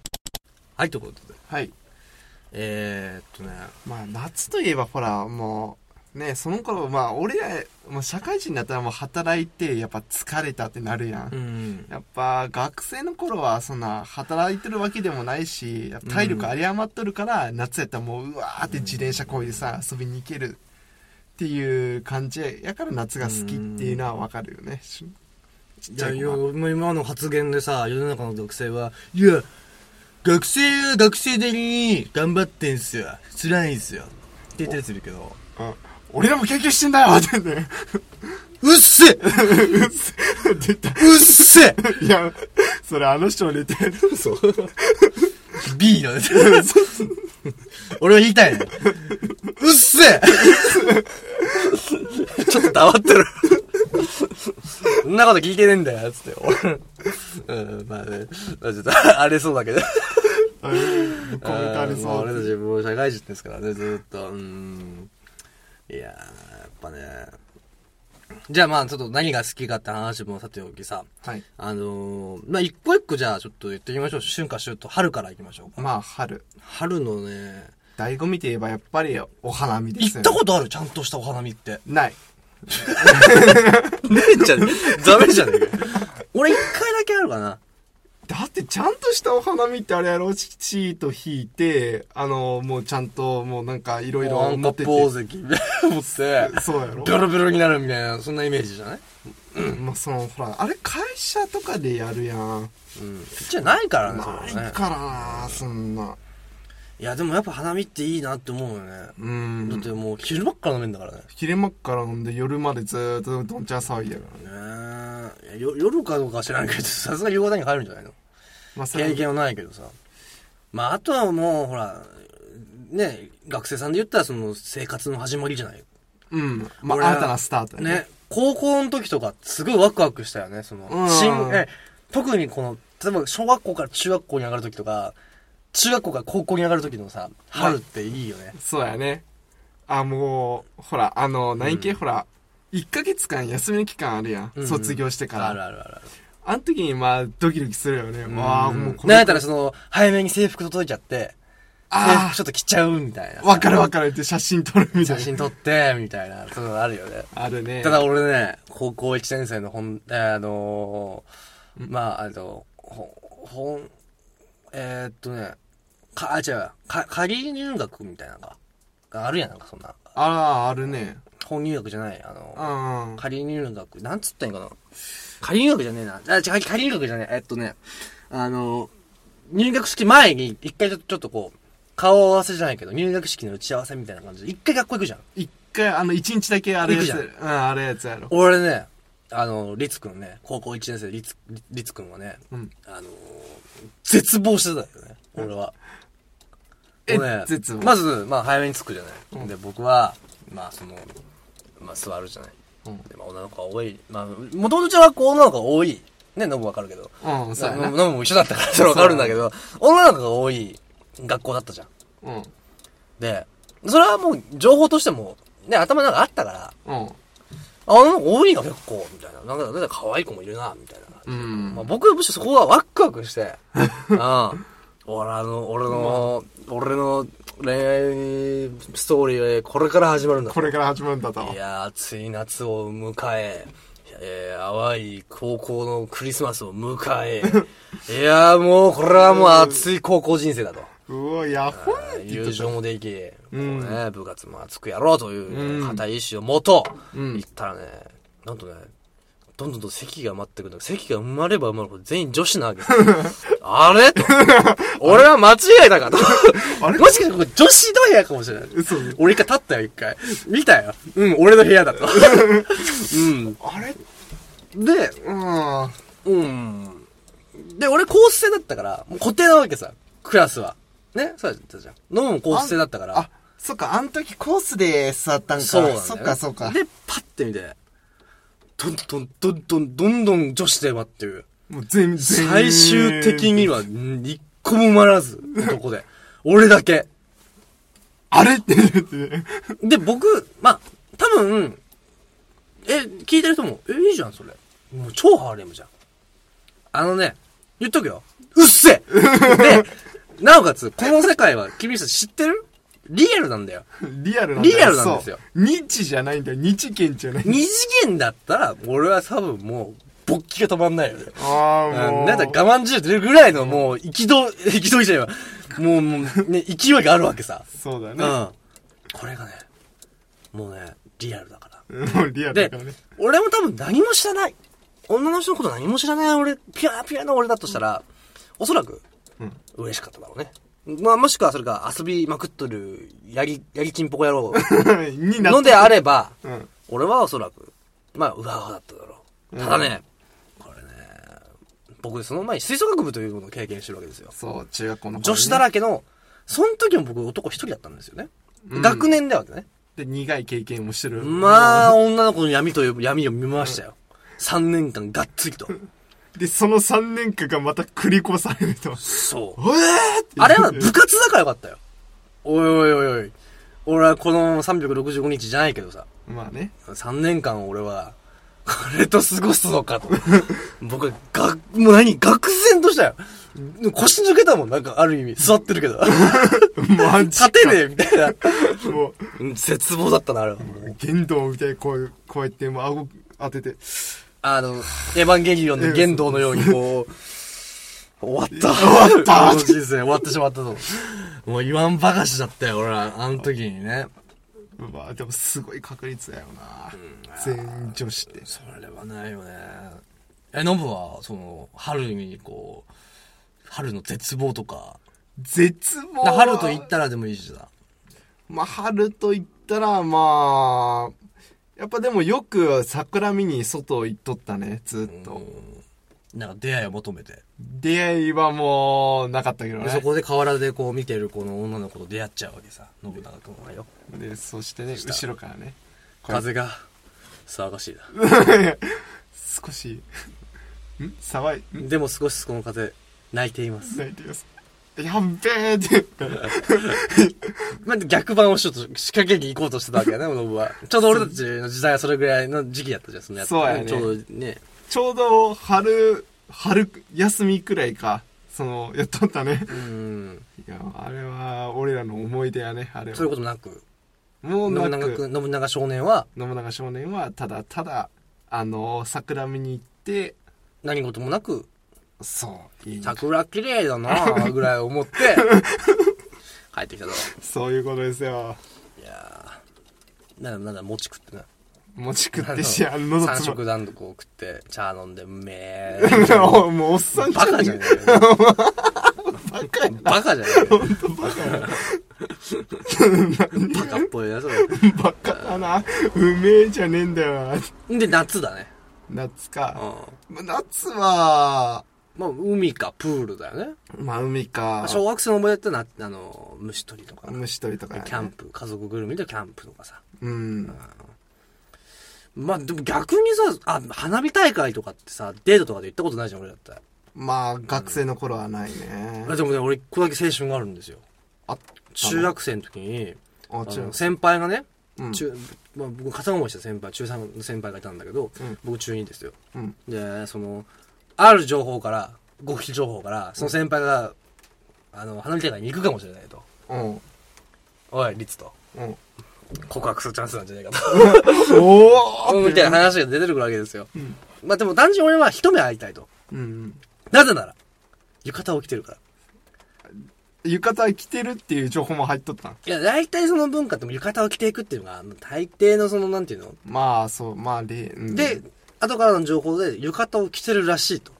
[SPEAKER 1] はい、ということで。
[SPEAKER 2] はい。
[SPEAKER 1] えー、っとね。
[SPEAKER 2] まあ夏といえばほら、もう、ね、その頃、まあ俺ら、もう社会人になったらもう働いて、やっぱ疲れたってなるや
[SPEAKER 1] う
[SPEAKER 2] ん。
[SPEAKER 1] ん。
[SPEAKER 2] やっぱ学生の頃はそんな働いてるわけでもないしやっぱ体力有り余っとるから夏やったらもううわーって自転車こいでさ遊びに行けるっていう感じやから夏が好きっていうのはわかるよねしちっ
[SPEAKER 1] い
[SPEAKER 2] ちゃ
[SPEAKER 1] や、
[SPEAKER 2] い
[SPEAKER 1] いや
[SPEAKER 2] 頃
[SPEAKER 1] もう今の発言でさ、世の中の学生は、いや、学生は学生なりに頑張ってんすよ。辛いんすよ。って言ったりするけど。
[SPEAKER 2] うん俺らも経験してんだよってね
[SPEAKER 1] *laughs* うっせえ
[SPEAKER 2] 出た
[SPEAKER 1] うっせえ
[SPEAKER 2] いやそれあの人のネタやつ
[SPEAKER 1] そう。B のね。俺は言いたいね。うっせえちょっと黙ってる。そんなこと聞いてねえんだよ、つって。俺うん、まあね。ちょっと、荒れそうだけど。
[SPEAKER 2] コメントあり
[SPEAKER 1] あーも
[SPEAKER 2] そ
[SPEAKER 1] 俺た
[SPEAKER 2] う
[SPEAKER 1] ちもう社会人ですからね、ずっと。うん。いやー、やっぱね。じゃあまあ、ちょっと何が好きかって話もさておきさ。
[SPEAKER 2] はい
[SPEAKER 1] あのー、まあ、一個一個じゃあちょっと言ってみましょう。春夏秋冬、春から行きましょうか。
[SPEAKER 2] まあ春
[SPEAKER 1] 春のね、
[SPEAKER 2] 醍醐味といえばやっぱりお花見です
[SPEAKER 1] 行
[SPEAKER 2] よ、ね、
[SPEAKER 1] ったことあるちゃんとしたお花見って。
[SPEAKER 2] ない
[SPEAKER 1] ねえじゃねダメじゃねえか。 *laughs* 俺一回だけあるかな。
[SPEAKER 2] だってちゃんとしたお花見ってあれやろシート引いて、あの、もうちゃんと、もうなんかいろい
[SPEAKER 1] な
[SPEAKER 2] ろ
[SPEAKER 1] んか
[SPEAKER 2] 持ってて。
[SPEAKER 1] 宝石みたいなの持って、 *laughs*
[SPEAKER 2] そうやろ
[SPEAKER 1] ベロベロになるみたいな、そんなイメージじゃない
[SPEAKER 2] まあその、ほら、あれ会社とかでやるやん。
[SPEAKER 1] うん。じゃないからね、
[SPEAKER 2] な
[SPEAKER 1] それはいね。
[SPEAKER 2] からな、そんな。
[SPEAKER 1] いや、でもやっぱ花見っていいなって思うよね。
[SPEAKER 2] う
[SPEAKER 1] だっ
[SPEAKER 2] ん。
[SPEAKER 1] てもう昼間っから飲めんだからね。
[SPEAKER 2] 切れ間から飲んで夜までずーっとどんちゃん騒ぎやからね。
[SPEAKER 1] ねえいやよ夜かどうかは知らんけど、 *laughs* さすが夕方に帰るんじゃないの
[SPEAKER 2] まあそれ
[SPEAKER 1] 経験はないけどさ。まあ、あとはもう、ほら、ね、学生さんで言ったらその生活の始まりじゃない
[SPEAKER 2] うん。まあ
[SPEAKER 1] 俺は
[SPEAKER 2] 新たなスタートやね。
[SPEAKER 1] ね。高校の時とか、すごいワクワクしたよね、その
[SPEAKER 2] う、ん
[SPEAKER 1] 新、え、特にこの、例えば小学校から中学校に上がる時とか、中学校から高校に上がる時のさ、春っていいよね。
[SPEAKER 2] そうやね。あ、もう、ほら、あの、何系、ほら、1ヶ月間休みの期間あるやん。
[SPEAKER 1] うん
[SPEAKER 2] 卒業してか
[SPEAKER 1] ある
[SPEAKER 2] ら。
[SPEAKER 1] あるあるある。
[SPEAKER 2] あの時にまあドキドキするよね。わあ、もうこ
[SPEAKER 1] なんやった
[SPEAKER 2] ら
[SPEAKER 1] らその、早めに制服届いちゃって、制
[SPEAKER 2] あ
[SPEAKER 1] 服ちょっと着ちゃうみたいな
[SPEAKER 2] あ、。わかるわかるって写真撮るみたい
[SPEAKER 1] 写真
[SPEAKER 2] な。
[SPEAKER 1] 撮って、みたいな、そういうのあるよね。
[SPEAKER 2] あるね。
[SPEAKER 1] ただ俺ね、高校1年生の本、えーあのーまあ、あの、ほ本、えー、っとね、か、あ、違うわ、か、仮入学みたいなのが、があるやん、なんかそんな。
[SPEAKER 2] あら、あるね。
[SPEAKER 1] 本入学じゃない、あ
[SPEAKER 2] う
[SPEAKER 1] の、
[SPEAKER 2] んうん。
[SPEAKER 1] 仮入学、なんつったんやかな。仮入学じゃねえな。あ、違う、仮入学じゃねえ。えっとね、あの、入学式前に一回ちょちょっとこう、顔合わせじゃないけど、入学式の打ち合わせみたいな感じで、一回学校行くじゃん。
[SPEAKER 2] 一回、あの、一日だけあれやつ。
[SPEAKER 1] 行
[SPEAKER 2] う
[SPEAKER 1] く
[SPEAKER 2] ん、あれやつやろ。
[SPEAKER 1] 俺ね、あの、リツくんね、高校1年生、リツ、リツくんはね、
[SPEAKER 2] うん
[SPEAKER 1] あのー、絶望してたよね、俺は。
[SPEAKER 2] え
[SPEAKER 1] もうね、
[SPEAKER 2] 絶望
[SPEAKER 1] まず、まあ、早めに着くじゃない。で、僕は、まあ、その、まあ、座るじゃない。
[SPEAKER 2] うん
[SPEAKER 1] で、まあ、女の子が多い。まあ、もともとうちは女の子が多い。ね、ノブわかるけど。
[SPEAKER 2] うん、そうや
[SPEAKER 1] ノ
[SPEAKER 2] な。
[SPEAKER 1] ブノブも一緒だったから、それわかるんだけど、女の子が多い学校だったじゃん。
[SPEAKER 2] うん。
[SPEAKER 1] で、それはもう、情報としても、ね、頭の中あったから、
[SPEAKER 2] うん。
[SPEAKER 1] あの、多いな、結構、みたいな。なんか、なんか可愛い子もいるな、みたいな。
[SPEAKER 2] うん
[SPEAKER 1] まあ、僕はむしろそこはワクワクして、うん。俺あの、俺の、俺の恋愛ストーリーはこれから始まるんだ。
[SPEAKER 2] これから始まるんだと
[SPEAKER 1] い。やー、暑い夏を迎え、えー、淡い高校のクリスマスを迎え、 *laughs* いやー、もう、これはもう熱い高校人生だと。
[SPEAKER 2] うわ、やほいって言っ
[SPEAKER 1] 友
[SPEAKER 2] てた
[SPEAKER 1] 情もでき、
[SPEAKER 2] うん
[SPEAKER 1] こうね、部活も熱くやろうという
[SPEAKER 2] うん
[SPEAKER 1] 固い意志をもと、
[SPEAKER 2] うん
[SPEAKER 1] 行ったらね、なんとね、どんどんと席が埋まってくるんだけど席が埋まれば埋まるほど全員女子な
[SPEAKER 2] *laughs*
[SPEAKER 1] わけですよあれと。俺は間違いだかと。
[SPEAKER 2] あれ
[SPEAKER 1] もしかしてこれ女子の部屋かもしれない。
[SPEAKER 2] 嘘。
[SPEAKER 1] 俺一回立ったよ、一回。見たよ。
[SPEAKER 2] *laughs*
[SPEAKER 1] うん、俺の部屋だと。うん。
[SPEAKER 2] あれ
[SPEAKER 1] で、
[SPEAKER 2] うん。
[SPEAKER 1] うん。で、俺、コース制だったから、もう固定なわけさ、クラスは。ねそうだったじゃん。飲むもコース制だったから。
[SPEAKER 2] あ、そっか、あの時コースで座ったんか。
[SPEAKER 1] そうなんだよ、ね。
[SPEAKER 2] そっか、そうか。
[SPEAKER 1] で、パッて見て、どんどん、どんどん、どんどん女子で待ってる。
[SPEAKER 2] もう全然。
[SPEAKER 1] 最終的には、ん一個も埋まらず、男で。俺だけ。
[SPEAKER 2] あれ *laughs* って言って。
[SPEAKER 1] で、僕、まあ、多分、え、聞いてる人も、え、いいじゃん、それ。もう超ハーレムじゃん。あのね、言っとくよ。うっせで、なおかつ、この世界は君たち知ってるリアルなんだよ。
[SPEAKER 2] リアルなんだよ。
[SPEAKER 1] リアルなんですよ
[SPEAKER 2] そう。ニッチじゃないんだよ。ニチ圏じゃない。
[SPEAKER 1] 二次元だったら、俺は多分もう、勃起が止まんないよね。
[SPEAKER 2] ああ、も
[SPEAKER 1] う
[SPEAKER 2] う。
[SPEAKER 1] んなんだ我慢汁出るぐらいのもう、憤、憤いちゃえば、もう、もう、ね、 *laughs* 勢いがあるわけさ。
[SPEAKER 2] そうだ
[SPEAKER 1] う
[SPEAKER 2] ね。
[SPEAKER 1] ん。これがね、もうね、リアルだから。
[SPEAKER 2] もうリアルだ
[SPEAKER 1] で
[SPEAKER 2] からね。、
[SPEAKER 1] 俺も多分何も知らない。女の人のこと何も知らない俺、ピュアピュアな俺だとしたら、おそらく、
[SPEAKER 2] うん
[SPEAKER 1] 嬉しかっただろうね。まあ、もしくはそれが遊びまくっとる、やり、やりちんぽこ野郎
[SPEAKER 2] に *laughs* なっ
[SPEAKER 1] のであれば、
[SPEAKER 2] うん。
[SPEAKER 1] 俺はおそらく、まあ、うわうわだっただろう。ただね、これね、僕、その前に吹奏楽部というものを経験してるわけですよ。
[SPEAKER 2] そう、中学校の頃ね
[SPEAKER 1] 女子だらけの、その時も僕男一人だったんですよね。
[SPEAKER 2] うん
[SPEAKER 1] 学年だわけね。
[SPEAKER 2] で、苦い経験もしてる。
[SPEAKER 1] まあ、女の子の闇という闇を見ましたよ。3年間がっつりと。
[SPEAKER 2] で、その3年間がまた繰り越されると。
[SPEAKER 1] そ
[SPEAKER 2] え
[SPEAKER 1] う。
[SPEAKER 2] ーって
[SPEAKER 1] あれ *laughs* は部活だからよかったよ。おいおいおいおい。俺はこの365日じゃないけどさ、
[SPEAKER 2] まあね。
[SPEAKER 1] 3年間俺は、これと過ごすのかと。 *laughs* 僕は、が、もう何、愕然としたよ。腰抜けたもん、なんかある意味。座ってる *laughs* けど。
[SPEAKER 2] マジか
[SPEAKER 1] 立。てねえみたいな。
[SPEAKER 2] もう、
[SPEAKER 1] うん絶望だったな、あれは。もう
[SPEAKER 2] 言動みたいにこう、こうやって、もう顎当てて、
[SPEAKER 1] あの、エヴァンゲリオンの言動のようにこう、 *laughs* 終わった。
[SPEAKER 2] 終わった
[SPEAKER 1] *laughs* この人生終わってしまったと。もう言わんばかしだったよ、俺は。あの時にね。
[SPEAKER 2] うわでもすごい確率だよな、全女子って。
[SPEAKER 1] それはないよね。え、ノブは、その、春にこう、春の絶望とか、
[SPEAKER 2] 絶望
[SPEAKER 1] な春と言ったらでもいいしさ。
[SPEAKER 2] まあ、春と言ったら、まあ、やっぱでもよく桜見に外行っとったね、ずっと。
[SPEAKER 1] なんか出会いを求めて。
[SPEAKER 2] 出会いはもう、なかったけど
[SPEAKER 1] でそ
[SPEAKER 2] ね。
[SPEAKER 1] こで河原でこう見てるこの女の子と出会っちゃうわけさ、信長君はよ。
[SPEAKER 2] で、そしてね、
[SPEAKER 1] した
[SPEAKER 2] 後ろからね、 *laughs* こうやって
[SPEAKER 1] 風が、騒がしいな。
[SPEAKER 2] 少し、ん騒い、ん
[SPEAKER 1] でも少しこの風、泣いています。
[SPEAKER 2] 泣いてます。やっべーって。
[SPEAKER 1] *laughs* まあ、逆版をしようと、仕掛けに行こうとしてたわけ
[SPEAKER 2] *laughs*
[SPEAKER 1] やね、ノブは。ちょうど俺たちの時代はそれぐらいの時期やったじゃん、そのやつ。
[SPEAKER 2] そうやね
[SPEAKER 1] ちょうどね。
[SPEAKER 2] ちょうど春、春休みくらいか、その、やっとったね。
[SPEAKER 1] うん。
[SPEAKER 2] いや、あれは、俺らの思い出やね、あれは。
[SPEAKER 1] そういうこともなく、
[SPEAKER 2] もう
[SPEAKER 1] 信
[SPEAKER 2] な
[SPEAKER 1] 長
[SPEAKER 2] く、
[SPEAKER 1] 君、信長少年は
[SPEAKER 2] 信長少年は、ただただ、あの、桜見に行って、
[SPEAKER 1] 何事もなく、
[SPEAKER 2] そう、いい
[SPEAKER 1] 桜綺麗だなぁ、ぐらい思
[SPEAKER 2] *laughs*
[SPEAKER 1] って、帰ってきただろ。
[SPEAKER 2] そういうことですよ。
[SPEAKER 1] いやーなんだなんだ、餅食ってな。
[SPEAKER 2] 餅食ってし、あの、喉
[SPEAKER 1] 三
[SPEAKER 2] つま
[SPEAKER 1] 食団子こう食って、茶飲んで、うめー。
[SPEAKER 2] *laughs*
[SPEAKER 1] *laughs*
[SPEAKER 2] もう、もうおっさん
[SPEAKER 1] バカじゃ
[SPEAKER 2] ん
[SPEAKER 1] ね。えよ。
[SPEAKER 2] バカやな。
[SPEAKER 1] バカじゃねえよ。
[SPEAKER 2] ほんとバカやな。 *laughs*
[SPEAKER 1] バカっぽいな、それ。
[SPEAKER 2] バカだな。うめえじゃねえんだよな。
[SPEAKER 1] で、夏だね。
[SPEAKER 2] 夏
[SPEAKER 1] うん
[SPEAKER 2] か。。夏は、
[SPEAKER 1] まあ、海かプールだよね。
[SPEAKER 2] まあ、海か。
[SPEAKER 1] 小学生の思い出ってな、あの、虫取りとか、
[SPEAKER 2] 虫取りとか、ね、
[SPEAKER 1] キャンプ、家族ぐるみでキャンプとかさ。
[SPEAKER 2] うん
[SPEAKER 1] まあ、でも逆にさ、あ、花火大会とかってさ、デートとかで行ったことないじゃん、俺だったら。
[SPEAKER 2] まあ学生の頃はないね、
[SPEAKER 1] あでもね、俺、一個だけ青春があるんですよ。
[SPEAKER 2] あ
[SPEAKER 1] 中学生の時に、
[SPEAKER 2] あ
[SPEAKER 1] あ
[SPEAKER 2] 中
[SPEAKER 1] の
[SPEAKER 2] 学
[SPEAKER 1] 先輩がね、
[SPEAKER 2] うん
[SPEAKER 1] 中、まあ、僕、片思いした先輩、中3の先輩がいたんだけど、
[SPEAKER 2] うん
[SPEAKER 1] 僕中2ですよ。
[SPEAKER 2] うん
[SPEAKER 1] で、その、ある情報から、極秘情報から、その先輩が、あの、花火大会に行くかもしれないと。
[SPEAKER 2] うん
[SPEAKER 1] おい、リツと。
[SPEAKER 2] うん
[SPEAKER 1] 告白するチャンスなんじゃないかと。
[SPEAKER 2] *laughs* おお
[SPEAKER 1] みたいな話が出てくるわけですよ。
[SPEAKER 2] ん
[SPEAKER 1] まあでも単純に俺は一目会いたいと。
[SPEAKER 2] うん
[SPEAKER 1] なぜなら、浴衣を着てるから。
[SPEAKER 2] 浴衣着てるっていう情報も入っとったん
[SPEAKER 1] いや、大体その文化っても浴衣を着ていくっていうのが、大抵のその、なんていうの、
[SPEAKER 2] まあそうまあ例、うん、
[SPEAKER 1] で、後からの情報で浴衣を着てるらしいと。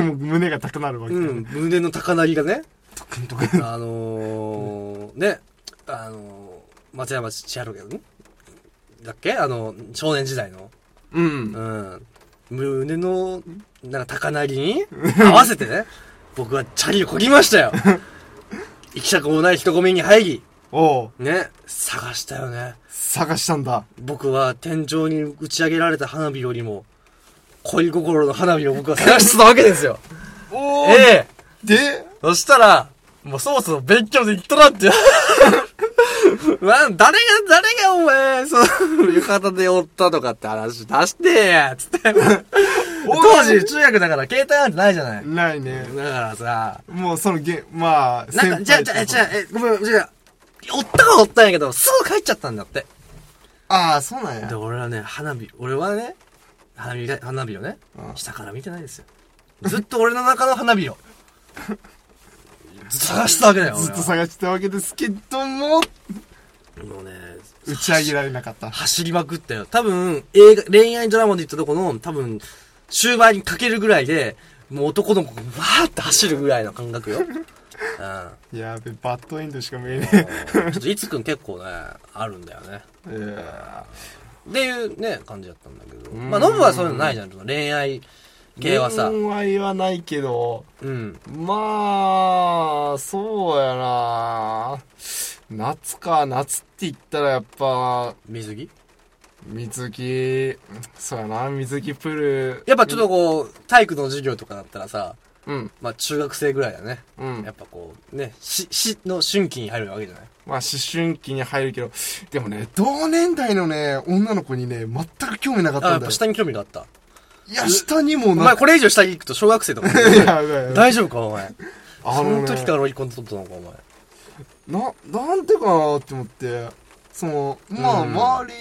[SPEAKER 2] もう *laughs* 胸が高くなるわけ
[SPEAKER 1] う
[SPEAKER 2] だね、
[SPEAKER 1] ん、胸の高鳴りがね、
[SPEAKER 2] トクントクン
[SPEAKER 1] あのー、ね、あのー、松山千春が、んだっけあの、少年時代の。
[SPEAKER 2] うん
[SPEAKER 1] うん。胸の、なんか高鳴りに合わせてね、僕はチャリをこぎましたよ。行きたくもない人混みに入り、
[SPEAKER 2] おう
[SPEAKER 1] ね、探したよね。
[SPEAKER 2] 探したんだ
[SPEAKER 1] 僕は天井に打ち上げられた花火よりも、恋心の花火を僕は探してたわけですよ。
[SPEAKER 2] *laughs* おお、
[SPEAKER 1] ええ
[SPEAKER 2] で
[SPEAKER 1] そしたら、もうそもそも勉強できとらんって。 *laughs* まあ、誰が、誰がお前、その、浴衣でおったとかって話出してや、つって。当時、中学だから携帯なんてないじゃない。
[SPEAKER 2] ないね
[SPEAKER 1] だからさ、
[SPEAKER 2] もうそのげまあ
[SPEAKER 1] なんか、じゃあ、じゃあ、じゃあ、え、ごめん、じゃあ、おったはおったんやけど、すぐ帰っちゃったんだって。
[SPEAKER 2] ああーそうなんや
[SPEAKER 1] で、俺はね、花火、俺はね、花火が、花火をね
[SPEAKER 2] う、ん
[SPEAKER 1] 下から見てないですよ。ずっと俺の中の花火 *laughs* を、ずっと探してたわけだよ。
[SPEAKER 2] ずっと
[SPEAKER 1] 俺は
[SPEAKER 2] 探してたわけですけど
[SPEAKER 1] *laughs*
[SPEAKER 2] も
[SPEAKER 1] もうね、
[SPEAKER 2] 打ち上げられなかった
[SPEAKER 1] 走りまくったよ。多分、映画、恋愛ドラマで言ったとこの、多分、終盤にかけるぐらいで、もう男の子がわーって走るぐらいの感覚
[SPEAKER 2] *laughs*
[SPEAKER 1] よ。うん。
[SPEAKER 2] やべバッドエンドしか見えねえ
[SPEAKER 1] ちょっといつくん結構ね、あるんだよね。 *laughs*
[SPEAKER 2] いや
[SPEAKER 1] っていうね、感じだったんだけど。
[SPEAKER 2] ん
[SPEAKER 1] まあ、ノブはそういうのないじゃん。その恋愛
[SPEAKER 2] ー
[SPEAKER 1] 系はさ。
[SPEAKER 2] 恋愛はないけど
[SPEAKER 1] うん。
[SPEAKER 2] まあそうやな夏か夏って言ったらやっぱ
[SPEAKER 1] 水着
[SPEAKER 2] 水着そうやな水着プール
[SPEAKER 1] やっぱちょっとこう、体育の授業とかだったらさ、
[SPEAKER 2] うん
[SPEAKER 1] まあ、中学生ぐらいだね。
[SPEAKER 2] うん
[SPEAKER 1] やっぱこう、ね、し、しの春季に入るわけじゃない
[SPEAKER 2] まあ思春期に入るけどでもね同年代のね女の子にね全く興味なかっ
[SPEAKER 1] あ、
[SPEAKER 2] た
[SPEAKER 1] や
[SPEAKER 2] ん
[SPEAKER 1] っ
[SPEAKER 2] だ
[SPEAKER 1] ぱ
[SPEAKER 2] よ
[SPEAKER 1] 下に興味があった。
[SPEAKER 2] いや下にも
[SPEAKER 1] お前
[SPEAKER 2] な
[SPEAKER 1] これ以上下に行くと小学生とか。
[SPEAKER 2] いやいやいや
[SPEAKER 1] 大丈夫かお前。
[SPEAKER 2] あ
[SPEAKER 1] そ
[SPEAKER 2] の
[SPEAKER 1] の
[SPEAKER 2] ね
[SPEAKER 1] 時からロリコン取ったのかお前。
[SPEAKER 2] ななんてかなって思ってそのまあ
[SPEAKER 1] うん
[SPEAKER 2] 周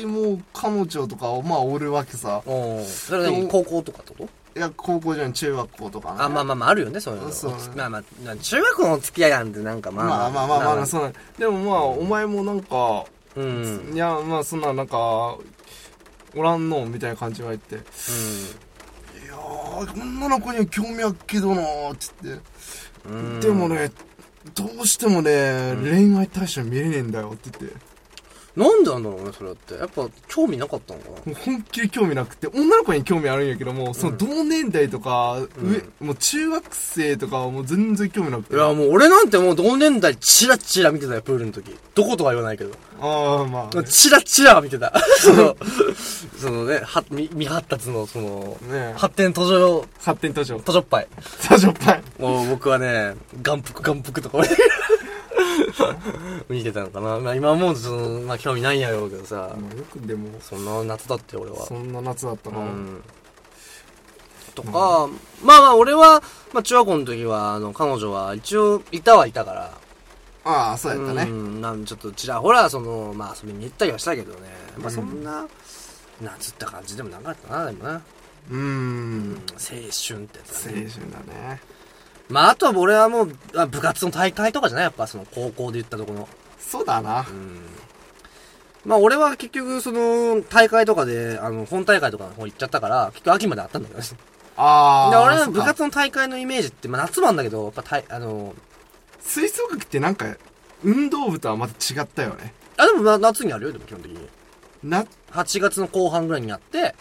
[SPEAKER 2] りも彼女とかまあおるわけさ
[SPEAKER 1] おーそれは
[SPEAKER 2] で
[SPEAKER 1] 何
[SPEAKER 2] も
[SPEAKER 1] 高校とかってこと
[SPEAKER 2] いや高校じゃん中学校とかね
[SPEAKER 1] あ、まあまあまあ、あるよね、そういうの。
[SPEAKER 2] そうね
[SPEAKER 1] おつまあまあ、な中学のお付き合いなんてなんかまあ。
[SPEAKER 2] まあまあまあまあまあそうなんでもまあお前もなんか、
[SPEAKER 1] うん。うん。
[SPEAKER 2] いやまあそんななんかおらんのみたいな感じは言っていやー女の子には興味あっけどなーっつって、
[SPEAKER 1] うん
[SPEAKER 2] でも。ねどうしてもね、恋愛対象見れねえんだよって言って
[SPEAKER 1] なんでなんだろうね、それって。やっぱ、興味なかったのかな
[SPEAKER 2] もう本気で興味なくて女の子に興味あるんやけどもその同年代とか、上もう中学生とかはもう全然興味なく
[SPEAKER 1] い
[SPEAKER 2] て
[SPEAKER 1] や、もう俺なんてもう同年代チラチラ見てたよ、プールの時。どことは言わないけど。
[SPEAKER 2] ああまあね
[SPEAKER 1] チラチラは見てた。 *laughs* その、そのね、は、み未発達の、その、
[SPEAKER 2] ね
[SPEAKER 1] 発展途上、
[SPEAKER 2] 発展 *laughs* 途上
[SPEAKER 1] 途上っぱい。
[SPEAKER 2] 途 *laughs* 上っぱい
[SPEAKER 1] もう僕はね、眼福眼福とか俺見てたのかな。まあ今思うとその、まあ興味ないんやろうけどさ。
[SPEAKER 2] まあよくでも
[SPEAKER 1] そんな夏だって俺は。
[SPEAKER 2] そんな夏だったな、
[SPEAKER 1] うんとか、まあまあ俺は、まあ中学校の時は、あの、彼女は一応いたはいたから。
[SPEAKER 2] ああそうやったね、
[SPEAKER 1] うん、なんちょっとちらほら、その、まあ遊びに行ったりはしたけどね。まあそんな、なんつった感じでもなかったな、でもな。
[SPEAKER 2] うー
[SPEAKER 1] うん、青
[SPEAKER 2] ん。
[SPEAKER 1] 春ってやつ
[SPEAKER 2] 青
[SPEAKER 1] だね
[SPEAKER 2] 春だね。
[SPEAKER 1] まああとは俺はもう、あ部活の大会とかじゃないやっぱその高校で言ったところの。
[SPEAKER 2] そうだな
[SPEAKER 1] う。ん。まあ俺は結局その、大会とかで、あの、本大会とかの方行っちゃったから、結局秋まであったんだけどね。
[SPEAKER 2] あ
[SPEAKER 1] で
[SPEAKER 2] あ。
[SPEAKER 1] 俺は
[SPEAKER 2] そっ
[SPEAKER 1] 部
[SPEAKER 2] か
[SPEAKER 1] 活の大会のイメージって、まあ夏もあんだけど、やっぱたい、あの、
[SPEAKER 2] 吹奏楽ってなんか、運動部とはまた違ったよね。
[SPEAKER 1] あ、でもな夏にあるよ、でも基本的に。
[SPEAKER 2] な、
[SPEAKER 1] 8月の後半ぐらいにやって、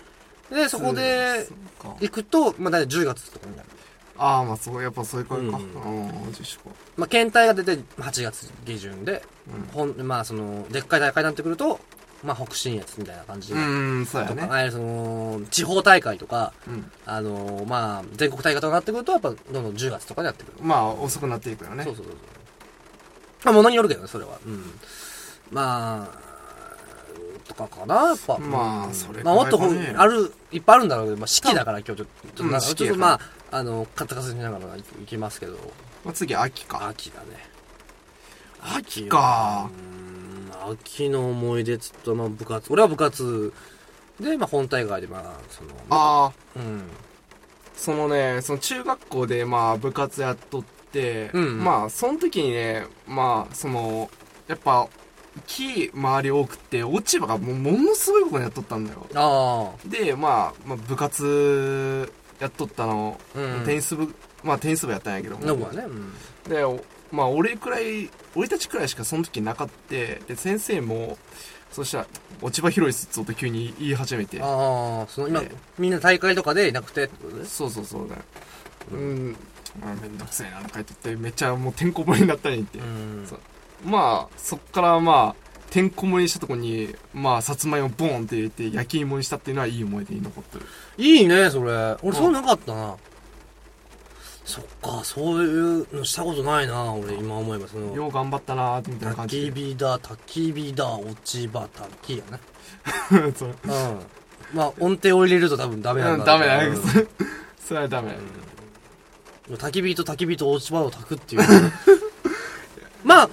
[SPEAKER 1] で、そこで
[SPEAKER 2] そ、っか
[SPEAKER 1] 行くと、まあ、大体10月とかになる。
[SPEAKER 2] ああ、まあそう、やっぱそういう感じか。
[SPEAKER 1] う
[SPEAKER 2] うんん、自粛か。
[SPEAKER 1] まあ、検体が出て、8月下旬で、
[SPEAKER 2] うん
[SPEAKER 1] ほん、まあ、その、でっかい大会になってくると、まあ、北信越みたいな感じ
[SPEAKER 2] う
[SPEAKER 1] で、
[SPEAKER 2] ーん、そうや
[SPEAKER 1] と
[SPEAKER 2] ね
[SPEAKER 1] か、。あその、地方大会とか、
[SPEAKER 2] うん。
[SPEAKER 1] あの、まあ、全国大会とかになってくると、やっぱ、どんどん10月とかになってくる。
[SPEAKER 2] まあ、遅くなっていくよね
[SPEAKER 1] そう。そうそうそう。まあ、ものによるけどね、それは。うん。まあ、とかかな、やっぱ。
[SPEAKER 2] まあ
[SPEAKER 1] うん
[SPEAKER 2] それく
[SPEAKER 1] ま
[SPEAKER 2] ら
[SPEAKER 1] あ、
[SPEAKER 2] い
[SPEAKER 1] もっと
[SPEAKER 2] かね
[SPEAKER 1] ある、いっぱいあるんだろうけど、まあ、四季だから今日ちょっと、ちょっと
[SPEAKER 2] うん
[SPEAKER 1] なんか
[SPEAKER 2] 四
[SPEAKER 1] ち
[SPEAKER 2] 季
[SPEAKER 1] ょっ
[SPEAKER 2] や
[SPEAKER 1] と
[SPEAKER 2] から
[SPEAKER 1] まあ、あの、カタカタしながらいきますけど、
[SPEAKER 2] まあ、次、秋か。
[SPEAKER 1] 秋だね。
[SPEAKER 2] 秋か。
[SPEAKER 1] うん秋の思い出っつうと、まあ、部活、俺は部活で、まあ、本大会で、まあ、その、
[SPEAKER 2] ああ、
[SPEAKER 1] うん。
[SPEAKER 2] そのね、その中学校で、まあ、部活やっとって、
[SPEAKER 1] うん
[SPEAKER 2] まあ、その時にね、まあ、その、やっぱ、木周り多くて、落ち葉がもうものすごいことにやっとったんだよ。
[SPEAKER 1] あ
[SPEAKER 2] で、まあ、まあ、部活やっとったの、
[SPEAKER 1] うん
[SPEAKER 2] テニス部、まあテニス部やったんやけども。
[SPEAKER 1] あ、ノブはね、うん。
[SPEAKER 2] で、おまあ俺くらい俺たちくらいしかその時なかってで先生もそしたら落ち葉広いっすって急に言い始めて
[SPEAKER 1] ああ、その今、
[SPEAKER 2] ええ
[SPEAKER 1] みんな大会とかでいなくてってことです。
[SPEAKER 2] そうそうそうだようん、あ、めんどくせえなとか言っててめっちゃもうてんこ盛りになったりって、
[SPEAKER 1] ん
[SPEAKER 2] そうまあそっからまあてんこ盛りにしたとこにまあさつまいもボーンって入れて焼き芋にしたっていうのはいい思い出に残ってる
[SPEAKER 1] いいね、それ。俺、そうなかったな。そっか、そういうのしたことないな、俺、今思えば。その、
[SPEAKER 2] よう頑張ったなーってみたいな
[SPEAKER 1] 焚
[SPEAKER 2] 感
[SPEAKER 1] き
[SPEAKER 2] じで
[SPEAKER 1] 火だ、焚き火だ、落ち葉、焚きやね。
[SPEAKER 2] *laughs* そう
[SPEAKER 1] うん。 *laughs* まあ、音程を入れると多分ダメなんだ
[SPEAKER 2] ダメだ
[SPEAKER 1] う
[SPEAKER 2] ね
[SPEAKER 1] ん
[SPEAKER 2] それはダメ、
[SPEAKER 1] 焚き火と焚き火と落ち葉を焚く
[SPEAKER 2] *laughs*
[SPEAKER 1] っていうまあ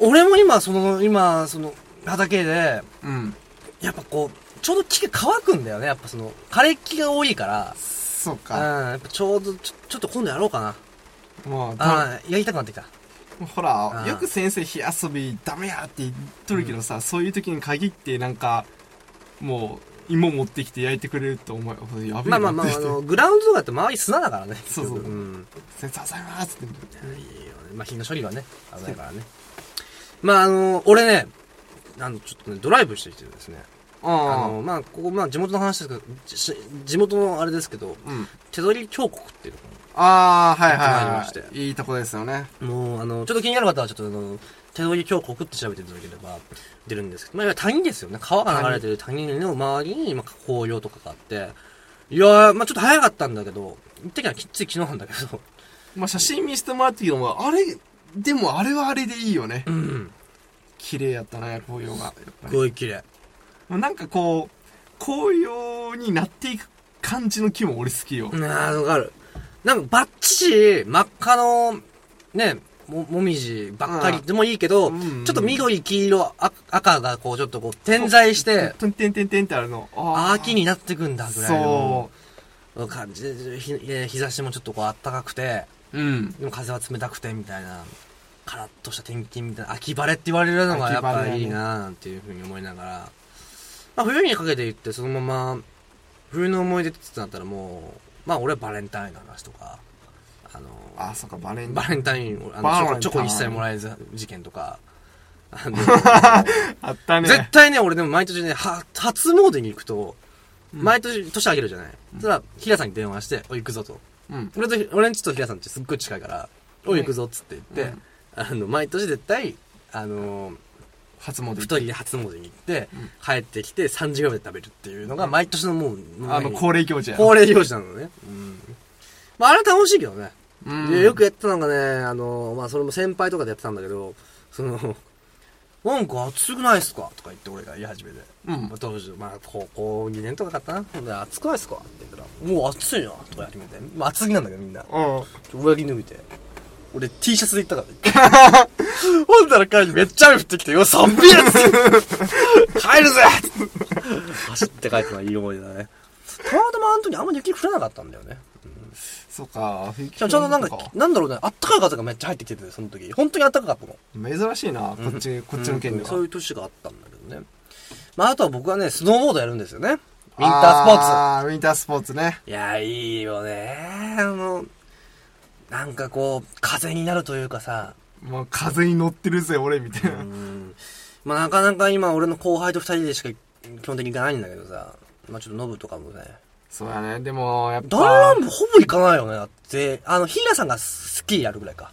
[SPEAKER 1] 俺も今その今その畑で
[SPEAKER 2] うん
[SPEAKER 1] やっぱこうちょうど木が乾くんだよねやっぱその枯れ木が多いから
[SPEAKER 2] そう
[SPEAKER 1] うん
[SPEAKER 2] か、
[SPEAKER 1] やっぱちょうどちょちょっと今度やろうかな
[SPEAKER 2] もうだ
[SPEAKER 1] あーやりたくなってきた
[SPEAKER 2] ほら
[SPEAKER 1] あ
[SPEAKER 2] よく先生火遊びダメやって言っとるけどさ、そういう時に限ってなんかもう芋持ってきて焼いてくれると思うよやべえ
[SPEAKER 1] まあま
[SPEAKER 2] な
[SPEAKER 1] あま
[SPEAKER 2] って
[SPEAKER 1] あ
[SPEAKER 2] 言
[SPEAKER 1] あ
[SPEAKER 2] って
[SPEAKER 1] のグラウンドとかって周り砂だからね
[SPEAKER 2] *laughs* そうそう
[SPEAKER 1] 結局ん
[SPEAKER 2] 先生あざいますって
[SPEAKER 1] いいよねまあ、火の処理はね、危ないからね。まあ、あの、俺ね、あの、ちょっとね、ドライブしてきてですね。あの、
[SPEAKER 2] あ
[SPEAKER 1] まあ、ここ、まあ、地元の話ですけど、じし地元のあれですけど、
[SPEAKER 2] あ、うん。
[SPEAKER 1] 手取り峡谷っていう
[SPEAKER 2] ああ、はい
[SPEAKER 1] やってまいりま
[SPEAKER 2] は
[SPEAKER 1] し
[SPEAKER 2] いは
[SPEAKER 1] て
[SPEAKER 2] い。いいとこですよね。
[SPEAKER 1] のもう、あの、ちょっと気になる方は、ちょっと、あの、手取り峡谷って調べていただければ出るんですけど、まあ、いわゆる谷ですよね。川が流れてる谷の周りに、まあ、紅葉とかがあって、いやー、まあ、ちょっと早かったんだけど、行ってきたのはきっちり昨日なんだけど、
[SPEAKER 2] まあ写真見せてもらったけども、あれ、でもあれはあれでいいよね
[SPEAKER 1] う。ん、
[SPEAKER 2] 綺麗やったね、紅葉が。やっぱ
[SPEAKER 1] す
[SPEAKER 2] り。も
[SPEAKER 1] ごい綺麗。
[SPEAKER 2] うなんかこう、紅葉になっていく感じの木も俺好きよ。
[SPEAKER 1] なあ、わかる。なんか、ばっちり、真っ赤の、ね、も、もみじばっかりでもいいけど、
[SPEAKER 2] うんうん
[SPEAKER 1] ちょっと緑、黄色、あ赤がこう、ちょっとこう、点在して、
[SPEAKER 2] てんてんてんてんってあるの。
[SPEAKER 1] あ
[SPEAKER 2] あ
[SPEAKER 1] ー
[SPEAKER 2] ー
[SPEAKER 1] 秋になってくんだ、ぐらい
[SPEAKER 2] そ
[SPEAKER 1] の感じで、ひえー日差しもちょっとこう、あったかくて、
[SPEAKER 2] う。うん。
[SPEAKER 1] でも風は冷たくて、みたいな、カラッとした天気みたいな、秋晴れって言われるのがやっぱいいな、なんていうふうに思いながら、まあ、冬にかけていって、そのまま、冬の思い出ってなったらもう、まあ俺はバレンタインの話とか、あの、
[SPEAKER 2] あー、そっか、バレン
[SPEAKER 1] バレンタイン、あ
[SPEAKER 2] バレンタイ
[SPEAKER 1] の
[SPEAKER 2] ン
[SPEAKER 1] チョコチョコ一切もらえず事件とか、あの
[SPEAKER 2] あったね。
[SPEAKER 1] 絶対ね、俺でも毎年ね、は初詣に行くと、毎年、年あげるじゃない。そしたら、平さんに電話して、おい行くぞと。
[SPEAKER 2] うん。
[SPEAKER 1] 俺と、俺んちと平さんってすっごい近いから、おい行くぞっつって言って、あの、毎年絶対、あの、
[SPEAKER 2] 初詣。
[SPEAKER 1] 二人で初詣に行って、帰ってきて3時ぐらいまで食べるっていうのが、毎年のもう、
[SPEAKER 2] あの、恒例行事や。
[SPEAKER 1] 恒例行事なのね。うん。まあ、あれは楽しいけどね。
[SPEAKER 2] うん
[SPEAKER 1] でよくやってたのがね、あの、まあ、それも先輩とかでやってたんだけど、その、 *laughs* なんか暑くないっすかとか言って俺が言い始めて。
[SPEAKER 2] うん
[SPEAKER 1] まあ、当時、まあ、高校2年とかだったな。ほんで、暑くないっすかって言ったら、もう暑いな、とか言い始めて。まあ、暑着なんだけどみんな。
[SPEAKER 2] うん。
[SPEAKER 1] 上着脱いで。俺 T シャツで行ったからね。ほんだら帰りめっちゃ雨降ってきて、よ、寒いやつ帰るぜ走って帰ったのはいい思い出だね。たまたまあの時あんま雪降らなかったんだよね。
[SPEAKER 2] *laughs* そっか、
[SPEAKER 1] ちょうどなんか、なんだろうね、あったかい風がめっちゃ入ってきてて、その時。本当にあったかかったの。
[SPEAKER 2] 珍しいな、こっち、こっちの県では。
[SPEAKER 1] そういう年があったんだけどね。まあ、あとは僕はね、スノーボードやるんですよね。ウィンタースポーツ。
[SPEAKER 2] あーウィンタースポーツね。
[SPEAKER 1] いや、いいよね。あの、なんかこう、風になるというかさ、
[SPEAKER 2] もう風に乗ってるぜ、俺、みたいうな。
[SPEAKER 1] んまあ、なかなか今、俺の後輩と二人でしか基本的に行かないんだけどさ、まあ、ちょっとノブとかもね。
[SPEAKER 2] そうやね、でも、やっ
[SPEAKER 1] ダンラ
[SPEAKER 2] ぱ
[SPEAKER 1] ン、ブほぼ行かないよね、だって。あの、ヒーラさんがスキーやるぐらいか。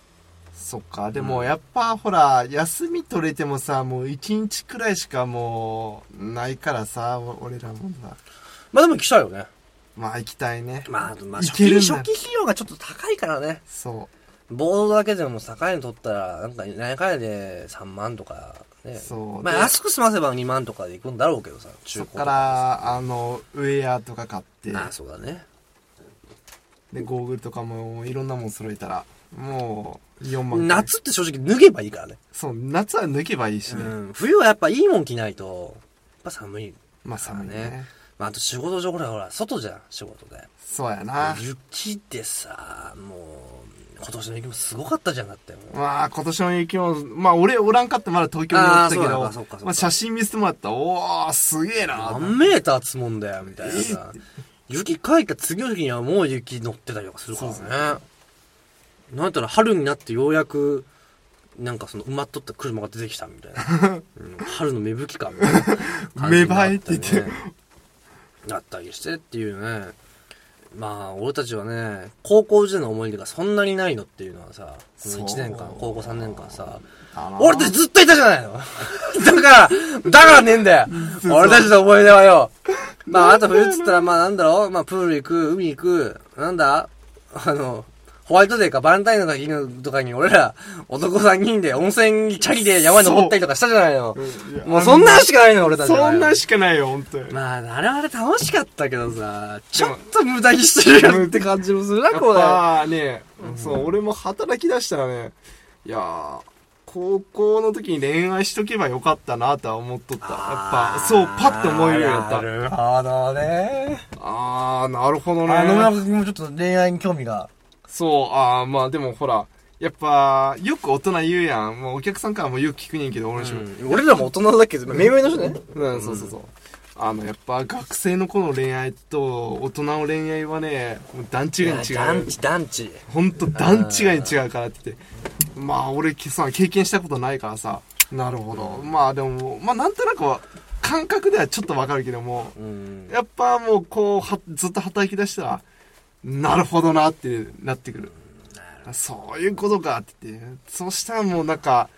[SPEAKER 2] そっか、でも、やっぱ、ほら、休み取れてもさ、もう一日くらいしかもう、ないからさ、お俺らもさ、
[SPEAKER 1] まあ、でも行きたいよね。
[SPEAKER 2] まあ行きたいね。
[SPEAKER 1] まあ、まあ、
[SPEAKER 2] い
[SPEAKER 1] 初
[SPEAKER 2] け
[SPEAKER 1] 期、
[SPEAKER 2] るん
[SPEAKER 1] 初
[SPEAKER 2] だ
[SPEAKER 1] 期費用がちょっと高いからね。
[SPEAKER 2] そ
[SPEAKER 1] ボードだけでも高いの取ったら、なんか、何回で3万とか、ね。
[SPEAKER 2] そう
[SPEAKER 1] まあ、
[SPEAKER 2] で
[SPEAKER 1] 安く済ませば2万とかで行くんだろうけどさ、
[SPEAKER 2] う。
[SPEAKER 1] 中
[SPEAKER 2] そっ
[SPEAKER 1] 古と
[SPEAKER 2] か。ら、あの、ウェアとか買って、
[SPEAKER 1] ああ、そうだね。
[SPEAKER 2] で、ゴーグルとかも、いろんなもん揃えたら、もう、4万。
[SPEAKER 1] 夏って正直脱げばいいからね。
[SPEAKER 2] そう、夏は抜けばいいし
[SPEAKER 1] う
[SPEAKER 2] ね。
[SPEAKER 1] ん。冬はやっぱいいもん着ないと、やっぱ寒い。
[SPEAKER 2] まあ寒いね。
[SPEAKER 1] ねまあ、あと仕事上、ほら、ほら、外じゃん、仕事で。
[SPEAKER 2] そうやな。
[SPEAKER 1] 雪でさ、もう、今年の雪もすごかったじゃん、だってもう。
[SPEAKER 2] まあ、今年の雪も、まあ、俺おらんかってまだ東京におったけ
[SPEAKER 1] あーそうだそうかそうか
[SPEAKER 2] ど
[SPEAKER 1] そう、か
[SPEAKER 2] まあ、写真見せてもらったら、おー、すげえな
[SPEAKER 1] 何メーター積もんだよ、みたいなさ。雪かいた次の日にはもう雪乗ってたりとかするからね。なんやったら春になってようやく、なんかその埋まっとった車が出てきたみたい
[SPEAKER 2] *laughs*
[SPEAKER 1] な。うん春の芽吹きかみたいな感じになたりね
[SPEAKER 2] 芽生えって言って。
[SPEAKER 1] なったりしてっていうね。まあ、俺たちはね、高校時代の思い出がそんなにないのっていうのはさ、この1年間
[SPEAKER 2] そ、う
[SPEAKER 1] 高校3年間さ、
[SPEAKER 2] あら
[SPEAKER 1] 俺たちずっといたじゃないのだから、だからねえんだよ
[SPEAKER 2] そう
[SPEAKER 1] 俺たちの思い出はよまあ、あと冬っつったら、まあなんだろうまあプール行く、海行く、なんだあの、ホワイトデーかバレンタインの日とかに俺ら男3人で温泉にチャリで山に登ったりとかしたじゃないの
[SPEAKER 2] うんいや
[SPEAKER 1] もうそんなんしかないの俺たちはよ
[SPEAKER 2] そんなんしかないよ、本当に。
[SPEAKER 1] まあ、あれはあれ楽しかったけどさ、ちょっと無駄にしてるよって感じもするな、
[SPEAKER 2] やっ
[SPEAKER 1] これ。
[SPEAKER 2] ぱね、そう、俺も働き出したらね、いやー、高校の時に恋愛しとけばよかったなとは思っとった。やっぱ、そう、パッと思えるようになった。
[SPEAKER 1] なるほどね。
[SPEAKER 2] あー、なるほど
[SPEAKER 1] あの、
[SPEAKER 2] ね。
[SPEAKER 1] 君もちょっと恋愛に興味が。
[SPEAKER 2] そう、あー、まあでもほら、やっぱ、よく大人言うやん。もうお客さんからもよく聞くねんけど、俺の仕事
[SPEAKER 1] 俺らも大人だけど、明明の人ね。
[SPEAKER 2] うん、そうそうそう。あの、やっぱ学生の子の恋愛と大人の恋愛はね、もう段違いに違う。
[SPEAKER 1] チ、団地。
[SPEAKER 2] ほんと段違いに違うからって言って。まあ、俺、さ、経験したことないからさ。なるほど。まあ、でも、まあ、なんとなくは、感覚ではちょっとわかるけども、
[SPEAKER 1] うん。
[SPEAKER 2] やっぱもう、こう、はずっと働き出したら、なるほどなってなってくる。そういうことかって言って。そしたらもうなんか、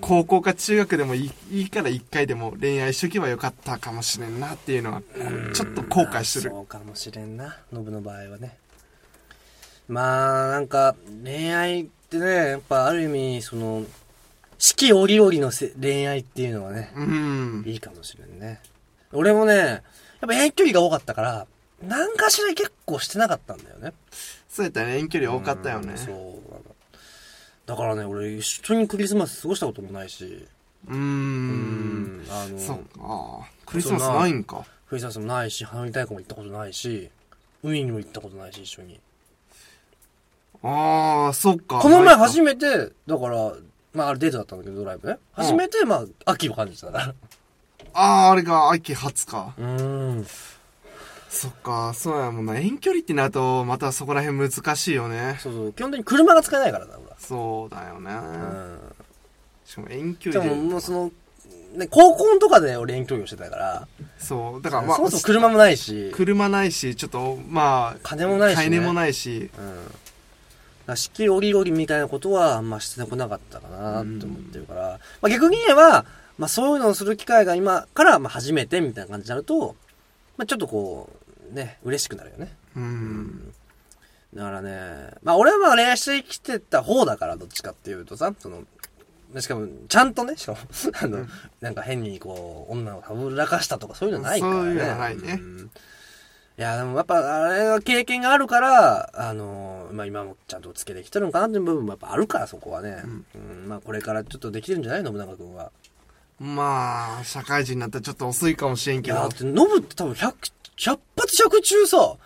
[SPEAKER 2] 高校か中学でもいいいいから一回でも恋愛しとけばよかったかもしれんなっていうのは、ちょっと後悔してる
[SPEAKER 1] まあ。そうかもしれんな、ノブの場合はね。まあ、なんか、恋愛ってね、やっぱある意味、その、四季折々のせ恋愛っていうのはね、
[SPEAKER 2] うん。
[SPEAKER 1] いいかもしれんね。俺もね、やっぱ遠距離が多かったから、何かしら結構してなかったんだよね。
[SPEAKER 2] そうやったね、遠距離多かったよね
[SPEAKER 1] うん。そうなの。だからね、俺一緒にクリスマス過ごしたこともないし、
[SPEAKER 2] うー。。
[SPEAKER 1] うんあの、
[SPEAKER 2] そっか。クリスマスないんか。
[SPEAKER 1] クリスマスもないし、花火大会も行ったことないし、海にも行ったことないし、一緒に。
[SPEAKER 2] ああ、そっか。
[SPEAKER 1] この前
[SPEAKER 2] め
[SPEAKER 1] 初めて、だから、まああれデートだったんだけど、ドライブね。初めて、まあ、秋を感じたから。
[SPEAKER 2] ああ、あれが秋初か。
[SPEAKER 1] うん。
[SPEAKER 2] そっか、そうやもんな。遠距離ってなると、またそこら辺難しいよね。
[SPEAKER 1] そうそう。基本的に車が使えないからだ、ほ
[SPEAKER 2] そうだよね。
[SPEAKER 1] ら。うん。
[SPEAKER 2] しかも遠距
[SPEAKER 1] で
[SPEAKER 2] 離
[SPEAKER 1] もも
[SPEAKER 2] で。
[SPEAKER 1] うその、ね、高校とかで俺遠距離をしてたから、
[SPEAKER 2] そう。だからまあ
[SPEAKER 1] そ、もそも車もないし、
[SPEAKER 2] 車ないし、ちょっと、まあ、
[SPEAKER 1] 金もないしね
[SPEAKER 2] 金もないし。
[SPEAKER 1] うん。だから四季折々みたいなことは、あんましてこなかったかなって思ってるから、まあ逆に言えば、まあそういうのをする機会が今から、まあ初めてみたいな感じになると、まあちょっとこう、ね、嬉しくなるよね。
[SPEAKER 2] うん。
[SPEAKER 1] だからね、まあ俺はまあ恋愛してきてた方だから、どっちかっていうとさ、その、しかも、ちゃんとね、しかも、 *laughs* あの、なんか変にこう、女をたぶらかしたとかそういうのないからね。
[SPEAKER 2] そういうのはないね
[SPEAKER 1] うんいや、でもやっぱ、あれは経験があるから、あの、まあ今もちゃんとつけてきてるのかなっていう部分もやっぱあるから、そこはね。うん、まあこれからちょっとできてるんじゃない信長君は。
[SPEAKER 2] まあ、社会人になったらちょっと遅いかもしれん
[SPEAKER 1] い
[SPEAKER 2] け
[SPEAKER 1] や、だ
[SPEAKER 2] ど
[SPEAKER 1] っ。て、ノブって多分100、100発100中さ、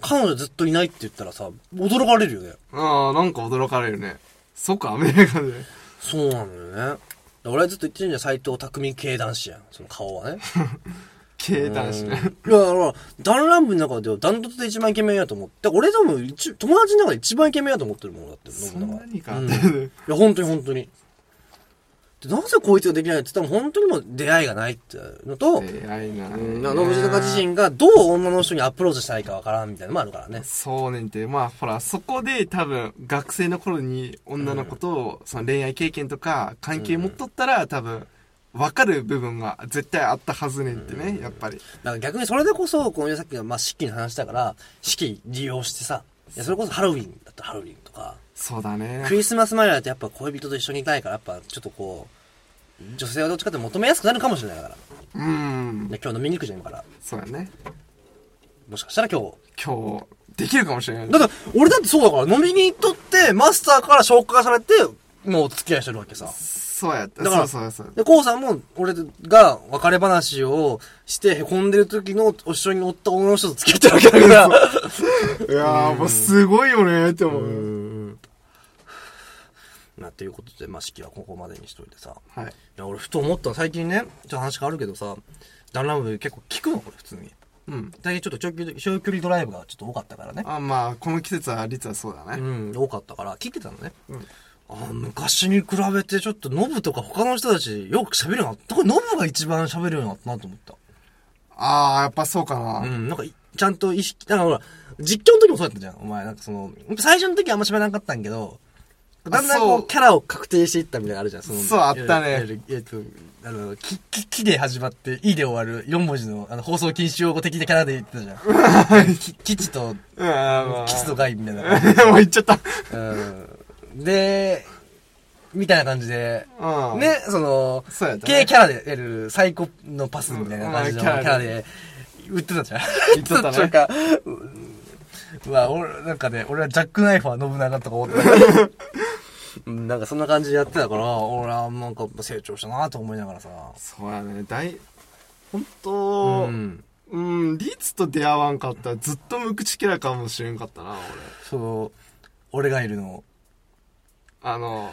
[SPEAKER 1] 彼女ずっといないって言ったらさ、驚かれるよね。
[SPEAKER 2] ああ、なんか驚かれるね。そっか、アメリカで。
[SPEAKER 1] そうなのよね。だから俺はずっと言ってるんじゃん、斎藤匠系男子やん。その顔
[SPEAKER 2] *laughs*
[SPEAKER 1] はね。
[SPEAKER 2] 経団しね。
[SPEAKER 1] いや、だから、ダンランブの中ではダントツで一番イケメンやと思って、俺でも一、友達の中で一番イケメンやと思ってるものだって、
[SPEAKER 2] そ
[SPEAKER 1] 信長
[SPEAKER 2] んなにか。 *laughs*
[SPEAKER 1] うんいや、本当に本当に。で、なぜこいつができないって言ったら、本当にもう出会いがないっていうのと、
[SPEAKER 2] 偉いな。
[SPEAKER 1] うん、だから信長自身がどう女の人にアプローチしたいかわからんみたいなのもあるからね。
[SPEAKER 2] そうねんて。まあ、ほら、そこで多分、学生の頃に女の子と、その恋愛経験とか、関係持っとったら、多分、わかる部分が絶対あったはずねんってね、やっぱり。
[SPEAKER 1] だから逆にそれでこそ、このさっきの、まあ、四季の話だから、四季利用してさ、いや、それこそハロウィンだったらハロウィンとか、
[SPEAKER 2] そうだね
[SPEAKER 1] *laughs* ク。リスマス前だとやっぱ恋人と一緒にいたいから、やっぱちょっとこう、女性はどっちかって求めやすくなるかもしれないから。
[SPEAKER 2] うん。
[SPEAKER 1] で今日飲みに行くじゃん、今から。
[SPEAKER 2] そうやね。
[SPEAKER 1] もしかしたら今日。
[SPEAKER 2] 今日、できるかもしれない。
[SPEAKER 1] だって、俺だってそうだから、飲みに行っとって、マスターから紹介されて、もう付き合いしてるわけさ。
[SPEAKER 2] そうやった。
[SPEAKER 1] だから
[SPEAKER 2] そうそうそう。
[SPEAKER 1] で、こうさんも、俺が別れ話をして、凹んでる時の、一緒に乗った女の人と付き合ってるわけだから。
[SPEAKER 2] いやー、もうすごいよねって思う。
[SPEAKER 1] *laughs* な、ということで、まあ、式はここまでにしといてさ。
[SPEAKER 2] はい。
[SPEAKER 1] いや、俺ふと思ったの最近ね、ちょっと話変わるけどさ、ダンラム結構聞くのこれ普通に。
[SPEAKER 2] うん
[SPEAKER 1] 最近ちょっと長距離長距離ドライブがちょっと多かったからね。
[SPEAKER 2] あまあこの季節は率はそうだ
[SPEAKER 1] う
[SPEAKER 2] ね、
[SPEAKER 1] ん、多かったから、聞いてたのね。
[SPEAKER 2] うん
[SPEAKER 1] あー昔に比べてちょっとノブとか他の人たちよく喋るようになった。特にノブが一番喋るようになったなと思った。
[SPEAKER 2] ああやっぱそうかな、
[SPEAKER 1] うん、なんかい、ちゃんと意識、なんかほら、実況の時もそうだったじゃん、お前。なんかその、最初の時はあんま喋らなかったんけど、だんだんこ
[SPEAKER 2] そう
[SPEAKER 1] う、キャラを確定していったみたいなのあるじゃん、その。
[SPEAKER 2] そうあったね
[SPEAKER 1] いわゆる。えっと、あの、き、き、きで始まって、いで終わる4文字の、あの、放送禁止用語的なキャラで言ってたじゃん。き、きちと、
[SPEAKER 2] うん、あーまあ
[SPEAKER 1] きちと
[SPEAKER 2] も
[SPEAKER 1] がいみたいな感じ。
[SPEAKER 2] う言っちゃった
[SPEAKER 1] うん。で、みたいな感じで、
[SPEAKER 2] うん
[SPEAKER 1] ね、その、
[SPEAKER 2] そうやったね
[SPEAKER 1] 系キャラでやる最高のパスみたいな感じの
[SPEAKER 2] う
[SPEAKER 1] キ
[SPEAKER 2] んうん
[SPEAKER 1] ャラで、売ってたじゃん。*laughs*
[SPEAKER 2] 言ってたね
[SPEAKER 1] なんか、ううわ、俺、なんかね、俺はジャックナイフは信長とか思って
[SPEAKER 2] *laughs*
[SPEAKER 1] た。うんなんかそんな感じでやってたから、俺はなんか成長したなと思いながらさ。
[SPEAKER 2] そうやね大本
[SPEAKER 1] う
[SPEAKER 2] 当うん、
[SPEAKER 1] ん。
[SPEAKER 2] リツと出会わんかったらずっと無口キャラかもしれんかったな俺
[SPEAKER 1] その、俺がいるの、
[SPEAKER 2] あの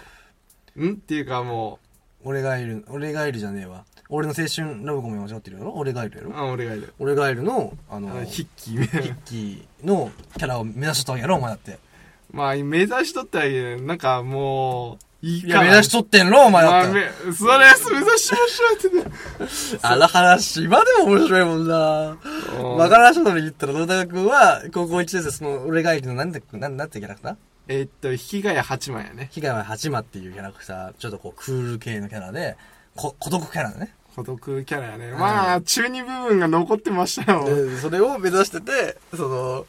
[SPEAKER 2] んっていうかも
[SPEAKER 1] 俺がいる、俺がいるじゃねえわ。俺の青春ラブコメ間違ってるやろ俺がいるや
[SPEAKER 2] う
[SPEAKER 1] ろ
[SPEAKER 2] あ俺がいる
[SPEAKER 1] 俺がいるの、あ
[SPEAKER 2] あ
[SPEAKER 1] の、
[SPEAKER 2] の
[SPEAKER 1] ヒ
[SPEAKER 2] ヒッキーみたい
[SPEAKER 1] ッ
[SPEAKER 2] な
[SPEAKER 1] キーのキャラを目指しとったわけやろお前だって。
[SPEAKER 2] *laughs* まあ目指しとったらいいねなんかもういい
[SPEAKER 1] い
[SPEAKER 2] か
[SPEAKER 1] や、
[SPEAKER 2] ら
[SPEAKER 1] 目指しとってんろお前だ
[SPEAKER 2] ま
[SPEAKER 1] っ
[SPEAKER 2] あ、
[SPEAKER 1] て。
[SPEAKER 2] めそれ目指しましょうってね *laughs*
[SPEAKER 1] あの話、今でも面白いもんな。わからん人のに言ったら、野田君は、高校1年生、その、俺がいるの、なんで、なん、なんてキャラクター
[SPEAKER 2] えーっと引きがや8万やね
[SPEAKER 1] 日川八馬っていうキャラクター、ちょっとこう、クール系のキャラで、こ、孤独キャラだね。
[SPEAKER 2] 孤独キャラやねまあ中二部分が残ってましたよ
[SPEAKER 1] で、それを目指してて、その、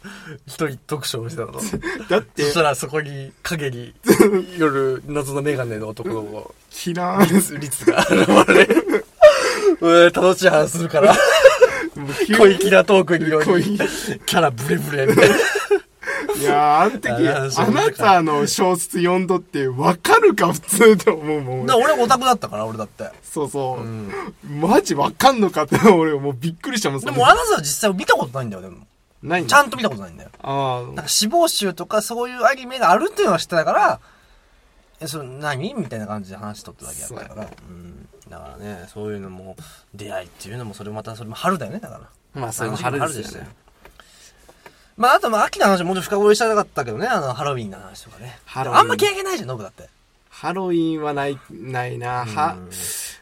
[SPEAKER 1] 一人読書をしてた *laughs* の。
[SPEAKER 2] だって
[SPEAKER 1] そしたら、そこに、影に、 *laughs* 夜、謎のメガネの男の子、
[SPEAKER 2] 嫌
[SPEAKER 1] *laughs*
[SPEAKER 2] われず
[SPEAKER 1] 率が現れ、 *laughs* うえ楽しい話するから、 *laughs* 小粋なトークによ
[SPEAKER 2] 小
[SPEAKER 1] り、
[SPEAKER 2] 粋
[SPEAKER 1] キャラブレブレみ *laughs* たいな。
[SPEAKER 2] いやーあん時
[SPEAKER 1] あーそう
[SPEAKER 2] あなたの小説読んどってわかるか普通って思うもん
[SPEAKER 1] だから俺オタクだったから、俺だって。
[SPEAKER 2] そうそう、
[SPEAKER 1] ん
[SPEAKER 2] マジわかんのかって俺もうびっくりしたもんそ
[SPEAKER 1] で
[SPEAKER 2] れ
[SPEAKER 1] も、あなたは実際見たことないんだよ、でも。
[SPEAKER 2] ない
[SPEAKER 1] ちゃんと見たことないんだよ。
[SPEAKER 2] あ
[SPEAKER 1] なんか死亡集とかそういうアニメがあるっていうのは知ってたから、え、それ何みたいな感じで話しとっただけやったから。うん。だからね、そういうのも、出会いっていうのも、それまた、それも春だよね、だから。
[SPEAKER 2] あまあそれも
[SPEAKER 1] あの時
[SPEAKER 2] 春ですよね
[SPEAKER 1] 春まあ、あと、まあ、秋の話ももうちょっと深掘りしたかったけどね、あの、ハロウィンの話とかね。
[SPEAKER 2] ハロウィン
[SPEAKER 1] あんま経験ないじゃん、ノブだって。
[SPEAKER 2] ハロウィンはないないなは、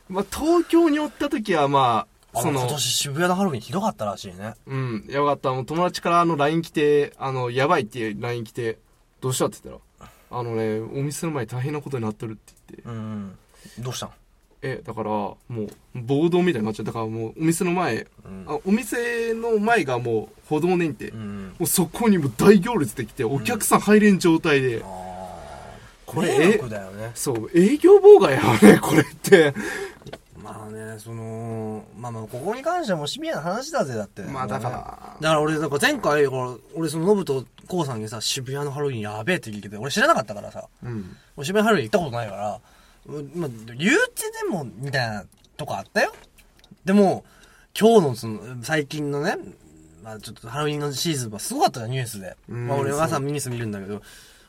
[SPEAKER 2] まあ、東京におった時はまあ
[SPEAKER 1] そ
[SPEAKER 2] そ
[SPEAKER 1] の、今
[SPEAKER 2] の
[SPEAKER 1] 年渋谷のハロウィンひどかったらしいね。
[SPEAKER 2] うんよかったもう友達からあの LINE 来てあのやばいっていう LINE 来てどうしたって言ったらあのねお店の前大変なことになってるって言って
[SPEAKER 1] うん。どうしたん
[SPEAKER 2] えだからもう暴動みたいになっちゃうだからもうお店の前、
[SPEAKER 1] ん
[SPEAKER 2] あお店の前がもう歩道ねんて、
[SPEAKER 1] う
[SPEAKER 2] も
[SPEAKER 1] ん。
[SPEAKER 2] うそこにもう大行列できてお客さん入れん状態で、
[SPEAKER 1] こ
[SPEAKER 2] こ
[SPEAKER 1] れ
[SPEAKER 2] れ
[SPEAKER 1] 迷惑だよね。
[SPEAKER 2] そう営業妨害やね *laughs* これって
[SPEAKER 1] まあね、その、まあまあ、ここに関してはもうシビアな話だぜ、だって。
[SPEAKER 2] まあだから
[SPEAKER 1] だから俺、なんか前回、だから俺、その、ノブとコウさんにさ、渋谷のハロウィンやべえって聞いてて、俺知らなかったからさ、
[SPEAKER 2] うん
[SPEAKER 1] 俺渋谷ハロウィン行ったことないから、うんまあ、言うてでも、みたいなとこあったよ。でも、今日のその、最近のね、まあちょっとハロウィンのシーズンはすごかったじゃん、ニュースで。
[SPEAKER 2] うん
[SPEAKER 1] まあ俺は朝ニュース見るんだけど、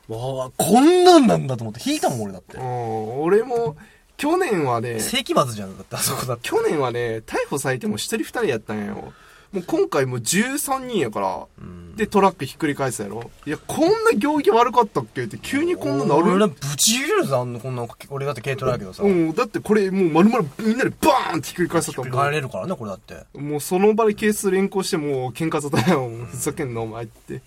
[SPEAKER 1] わあ、こんなんなんだと思って、引いたもん俺だって
[SPEAKER 2] う。ん俺も去年はね
[SPEAKER 1] 世紀末じゃん、だってあそこだって。
[SPEAKER 2] 去年はね逮捕されても一人二人やったんやよもう今回もう13人やから、でトラックひっくり返すやろいやこんな行儀悪かったっけって急にこんななる
[SPEAKER 1] 俺らぶち切れるぞ、あんなこんな、俺だって軽トラだけどさ。
[SPEAKER 2] うん、だってこれもう丸々みんなでバーンってひっくり返さった
[SPEAKER 1] 帰
[SPEAKER 2] も
[SPEAKER 1] れるからね、これだって。
[SPEAKER 2] ん。もうその場でケース連行してもう喧嘩沙汰やもん。ふざけんなお前って。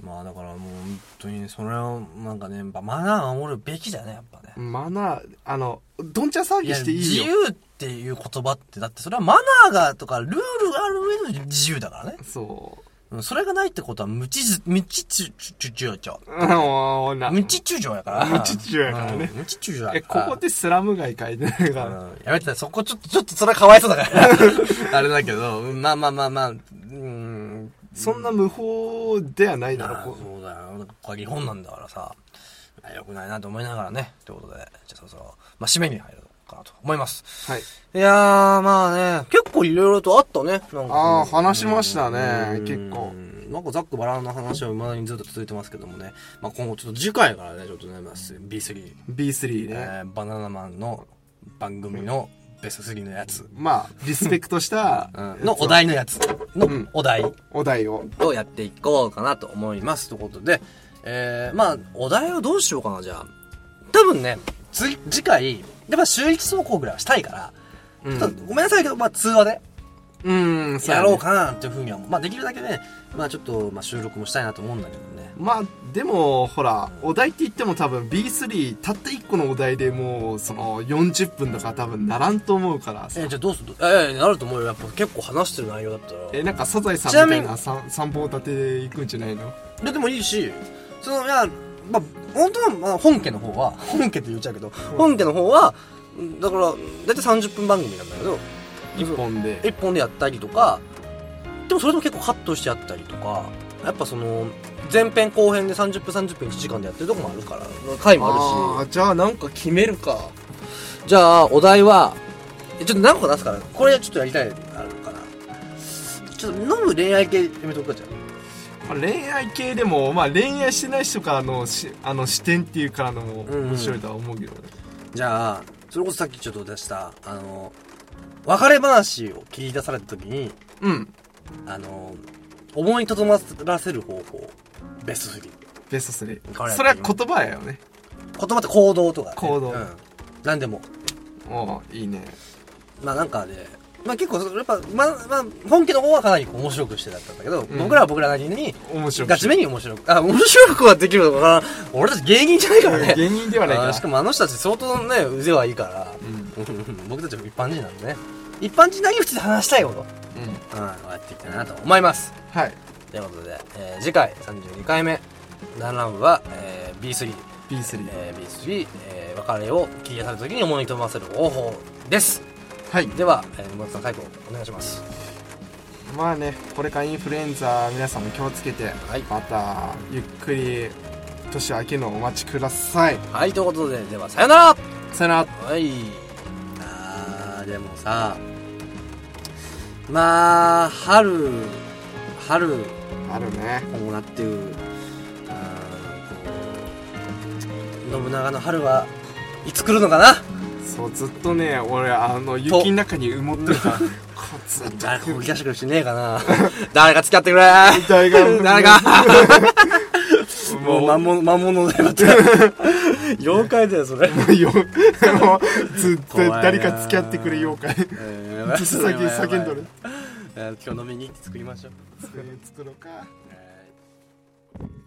[SPEAKER 1] まあだからもう本当にそれをなんかね、やっぱマナー守るべきだよね、やっぱね。
[SPEAKER 2] マナー、あの、どんちゃん騒ぎしていい
[SPEAKER 1] 自
[SPEAKER 2] よ。
[SPEAKER 1] 由っていう言葉って、だってそれはマナーがとかルールがある上の自由だからね。
[SPEAKER 2] そう。
[SPEAKER 1] うんそれがないってことは無秩序、無秩序、秩序
[SPEAKER 2] うん、おな。
[SPEAKER 1] 無秩序やから。
[SPEAKER 2] 無秩序やからね
[SPEAKER 1] うん無秩序やから。
[SPEAKER 2] え、ここってスラム街書いてないか
[SPEAKER 1] う
[SPEAKER 2] ら。
[SPEAKER 1] んやめて、そこちょっと、ちょっとそれはかわいそうだ
[SPEAKER 2] *laughs*
[SPEAKER 1] から。あれだけど、まあまあまあまあ、うん、
[SPEAKER 2] そんな無法ではないだ
[SPEAKER 1] あ
[SPEAKER 2] ろ、
[SPEAKER 1] あ
[SPEAKER 2] こ
[SPEAKER 1] そうだよなんかこれ日本なんだからさあよくないなと思いながらねということでじゃあそろそろ、まあ、締めに入ろうかなと思います
[SPEAKER 2] はい。
[SPEAKER 1] いやーまあね結構いろいろとあったねなんか
[SPEAKER 2] ああ、話しました
[SPEAKER 1] う、
[SPEAKER 2] ね
[SPEAKER 1] ん
[SPEAKER 2] 結構。
[SPEAKER 1] なんかざっくばらんな話は未だにずっと続いてますけどもね、まあ、今後ちょっと次回からねちょっとねまあ B3、
[SPEAKER 2] B3
[SPEAKER 1] え
[SPEAKER 2] ね。
[SPEAKER 1] ーバナナマンの番組のベスト3のやつ
[SPEAKER 2] まあリスペクトした
[SPEAKER 1] のお題のやつの
[SPEAKER 2] うん
[SPEAKER 1] お題
[SPEAKER 2] お題を
[SPEAKER 1] をやっていこうかなと思います。ということで、えー、まあ、お題をどうしようかな、じゃあ。多分ね、次、次回、やっぱ週1走行ぐらいはしたいから、
[SPEAKER 2] うん
[SPEAKER 1] ちょっとごめんなさいけど、まあ、通話で
[SPEAKER 2] うん
[SPEAKER 1] やろうかなっていうふうには、まあ、できるだけね、まあ、ちょっと、まあ、収録もしたいなと思うんだけどね。
[SPEAKER 2] まあでもほらお題って言っても多分 B3 たった1個のお題でもうその40分とか多分ならんと思うからさ
[SPEAKER 1] えー、じゃあどうするえー、なると思うよ。やっぱ結構話してる内容だったら。
[SPEAKER 2] えなんかサザエさんみたいな三三本立てでいくんじゃないの
[SPEAKER 1] ででもいいし、その、いや、まあ、本当は、まあ、本家の方は、 *laughs* 本家って言っちゃうけど、本家の方は、うんだから、だいたい30分番組なんだけど、
[SPEAKER 2] 1本で
[SPEAKER 1] 一本でやったりとかでもそれでも結構カットしてやったりとかやっぱその前編後編で30分30分1時間でやってるとこもあるから回もあ
[SPEAKER 2] あ
[SPEAKER 1] る
[SPEAKER 2] ーじゃあなんか決めるか
[SPEAKER 1] しじゃあお題はえちょっと何個出すからこれちょっとやりたいのあるかなちょっと飲む恋愛系やめとくかじゃ
[SPEAKER 2] まあ恋愛系でも、まあ、恋愛してない人からのしあの視点っていうからのも
[SPEAKER 1] うんうん
[SPEAKER 2] 面白いとは思うけどね、
[SPEAKER 1] あじゃあそれこそさっきちょっと出したあの別れ話を切り出された時に
[SPEAKER 2] うん
[SPEAKER 1] あの思いとどまらせる方法ベスト3
[SPEAKER 2] ベスト3
[SPEAKER 1] これ
[SPEAKER 2] それは言葉やよね
[SPEAKER 1] 言葉って行動とか、ね、
[SPEAKER 2] 行動
[SPEAKER 1] うん、何でも
[SPEAKER 2] おういいね
[SPEAKER 1] まあなんかね、まあ結構、やっぱ、まあ、まあ、本家の方はかなりこう面白くしてだったんだけど、
[SPEAKER 2] ん
[SPEAKER 1] 僕らは僕らなりに、
[SPEAKER 2] 面白い
[SPEAKER 1] ガチめに面白く、あ、面白くはできるのかな俺たち芸人じゃないからね。
[SPEAKER 2] 芸人ではないか
[SPEAKER 1] あ
[SPEAKER 2] ら
[SPEAKER 1] ーしかもあの人たち相当ね、腕はいいから、 *laughs*
[SPEAKER 2] うんうん
[SPEAKER 1] 僕たちも一般人なんでね。一般人なりに普通に話したいこと、うん、やっていきたいなと思います。
[SPEAKER 2] はい
[SPEAKER 1] ということで、えー次回32回目、ダンランブは、えー B3、
[SPEAKER 2] B3
[SPEAKER 1] えー B3、えー別れを切り出された時に思いとどまらせる方法です。
[SPEAKER 2] はい
[SPEAKER 1] では、えー、沼田さん最後お願いします。
[SPEAKER 2] まあねこれからインフルエンザ皆さんも気をつけて
[SPEAKER 1] はい。
[SPEAKER 2] またゆっくり年明けのお待ちください
[SPEAKER 1] はい、ということで、では、さよなら
[SPEAKER 2] さよなら
[SPEAKER 1] はい。あー、でもさ、まあ、春、春、
[SPEAKER 2] あるね
[SPEAKER 1] もなっていう、あーこう信長の春はいつ来るのかな
[SPEAKER 2] そうずっとね俺あの雪の中に埋もってるか
[SPEAKER 1] *laughs*
[SPEAKER 2] らこうずっと
[SPEAKER 1] 誰か動き出してくる人いねえかな *laughs* 誰か付き合ってくれ *laughs*
[SPEAKER 2] 誰が
[SPEAKER 1] 誰
[SPEAKER 2] *laughs*
[SPEAKER 1] かも
[SPEAKER 2] も
[SPEAKER 1] う
[SPEAKER 2] う
[SPEAKER 1] 魔物、魔物だよ、って。妖怪だよ、それ。
[SPEAKER 2] よ *laughs* もうずっと
[SPEAKER 1] 怖いな
[SPEAKER 2] 誰か付き合ってくれようか *laughs*
[SPEAKER 1] 先
[SPEAKER 2] 先叫んどる
[SPEAKER 1] 今日飲みに行って作りましょう。
[SPEAKER 2] 作ろうか
[SPEAKER 1] はい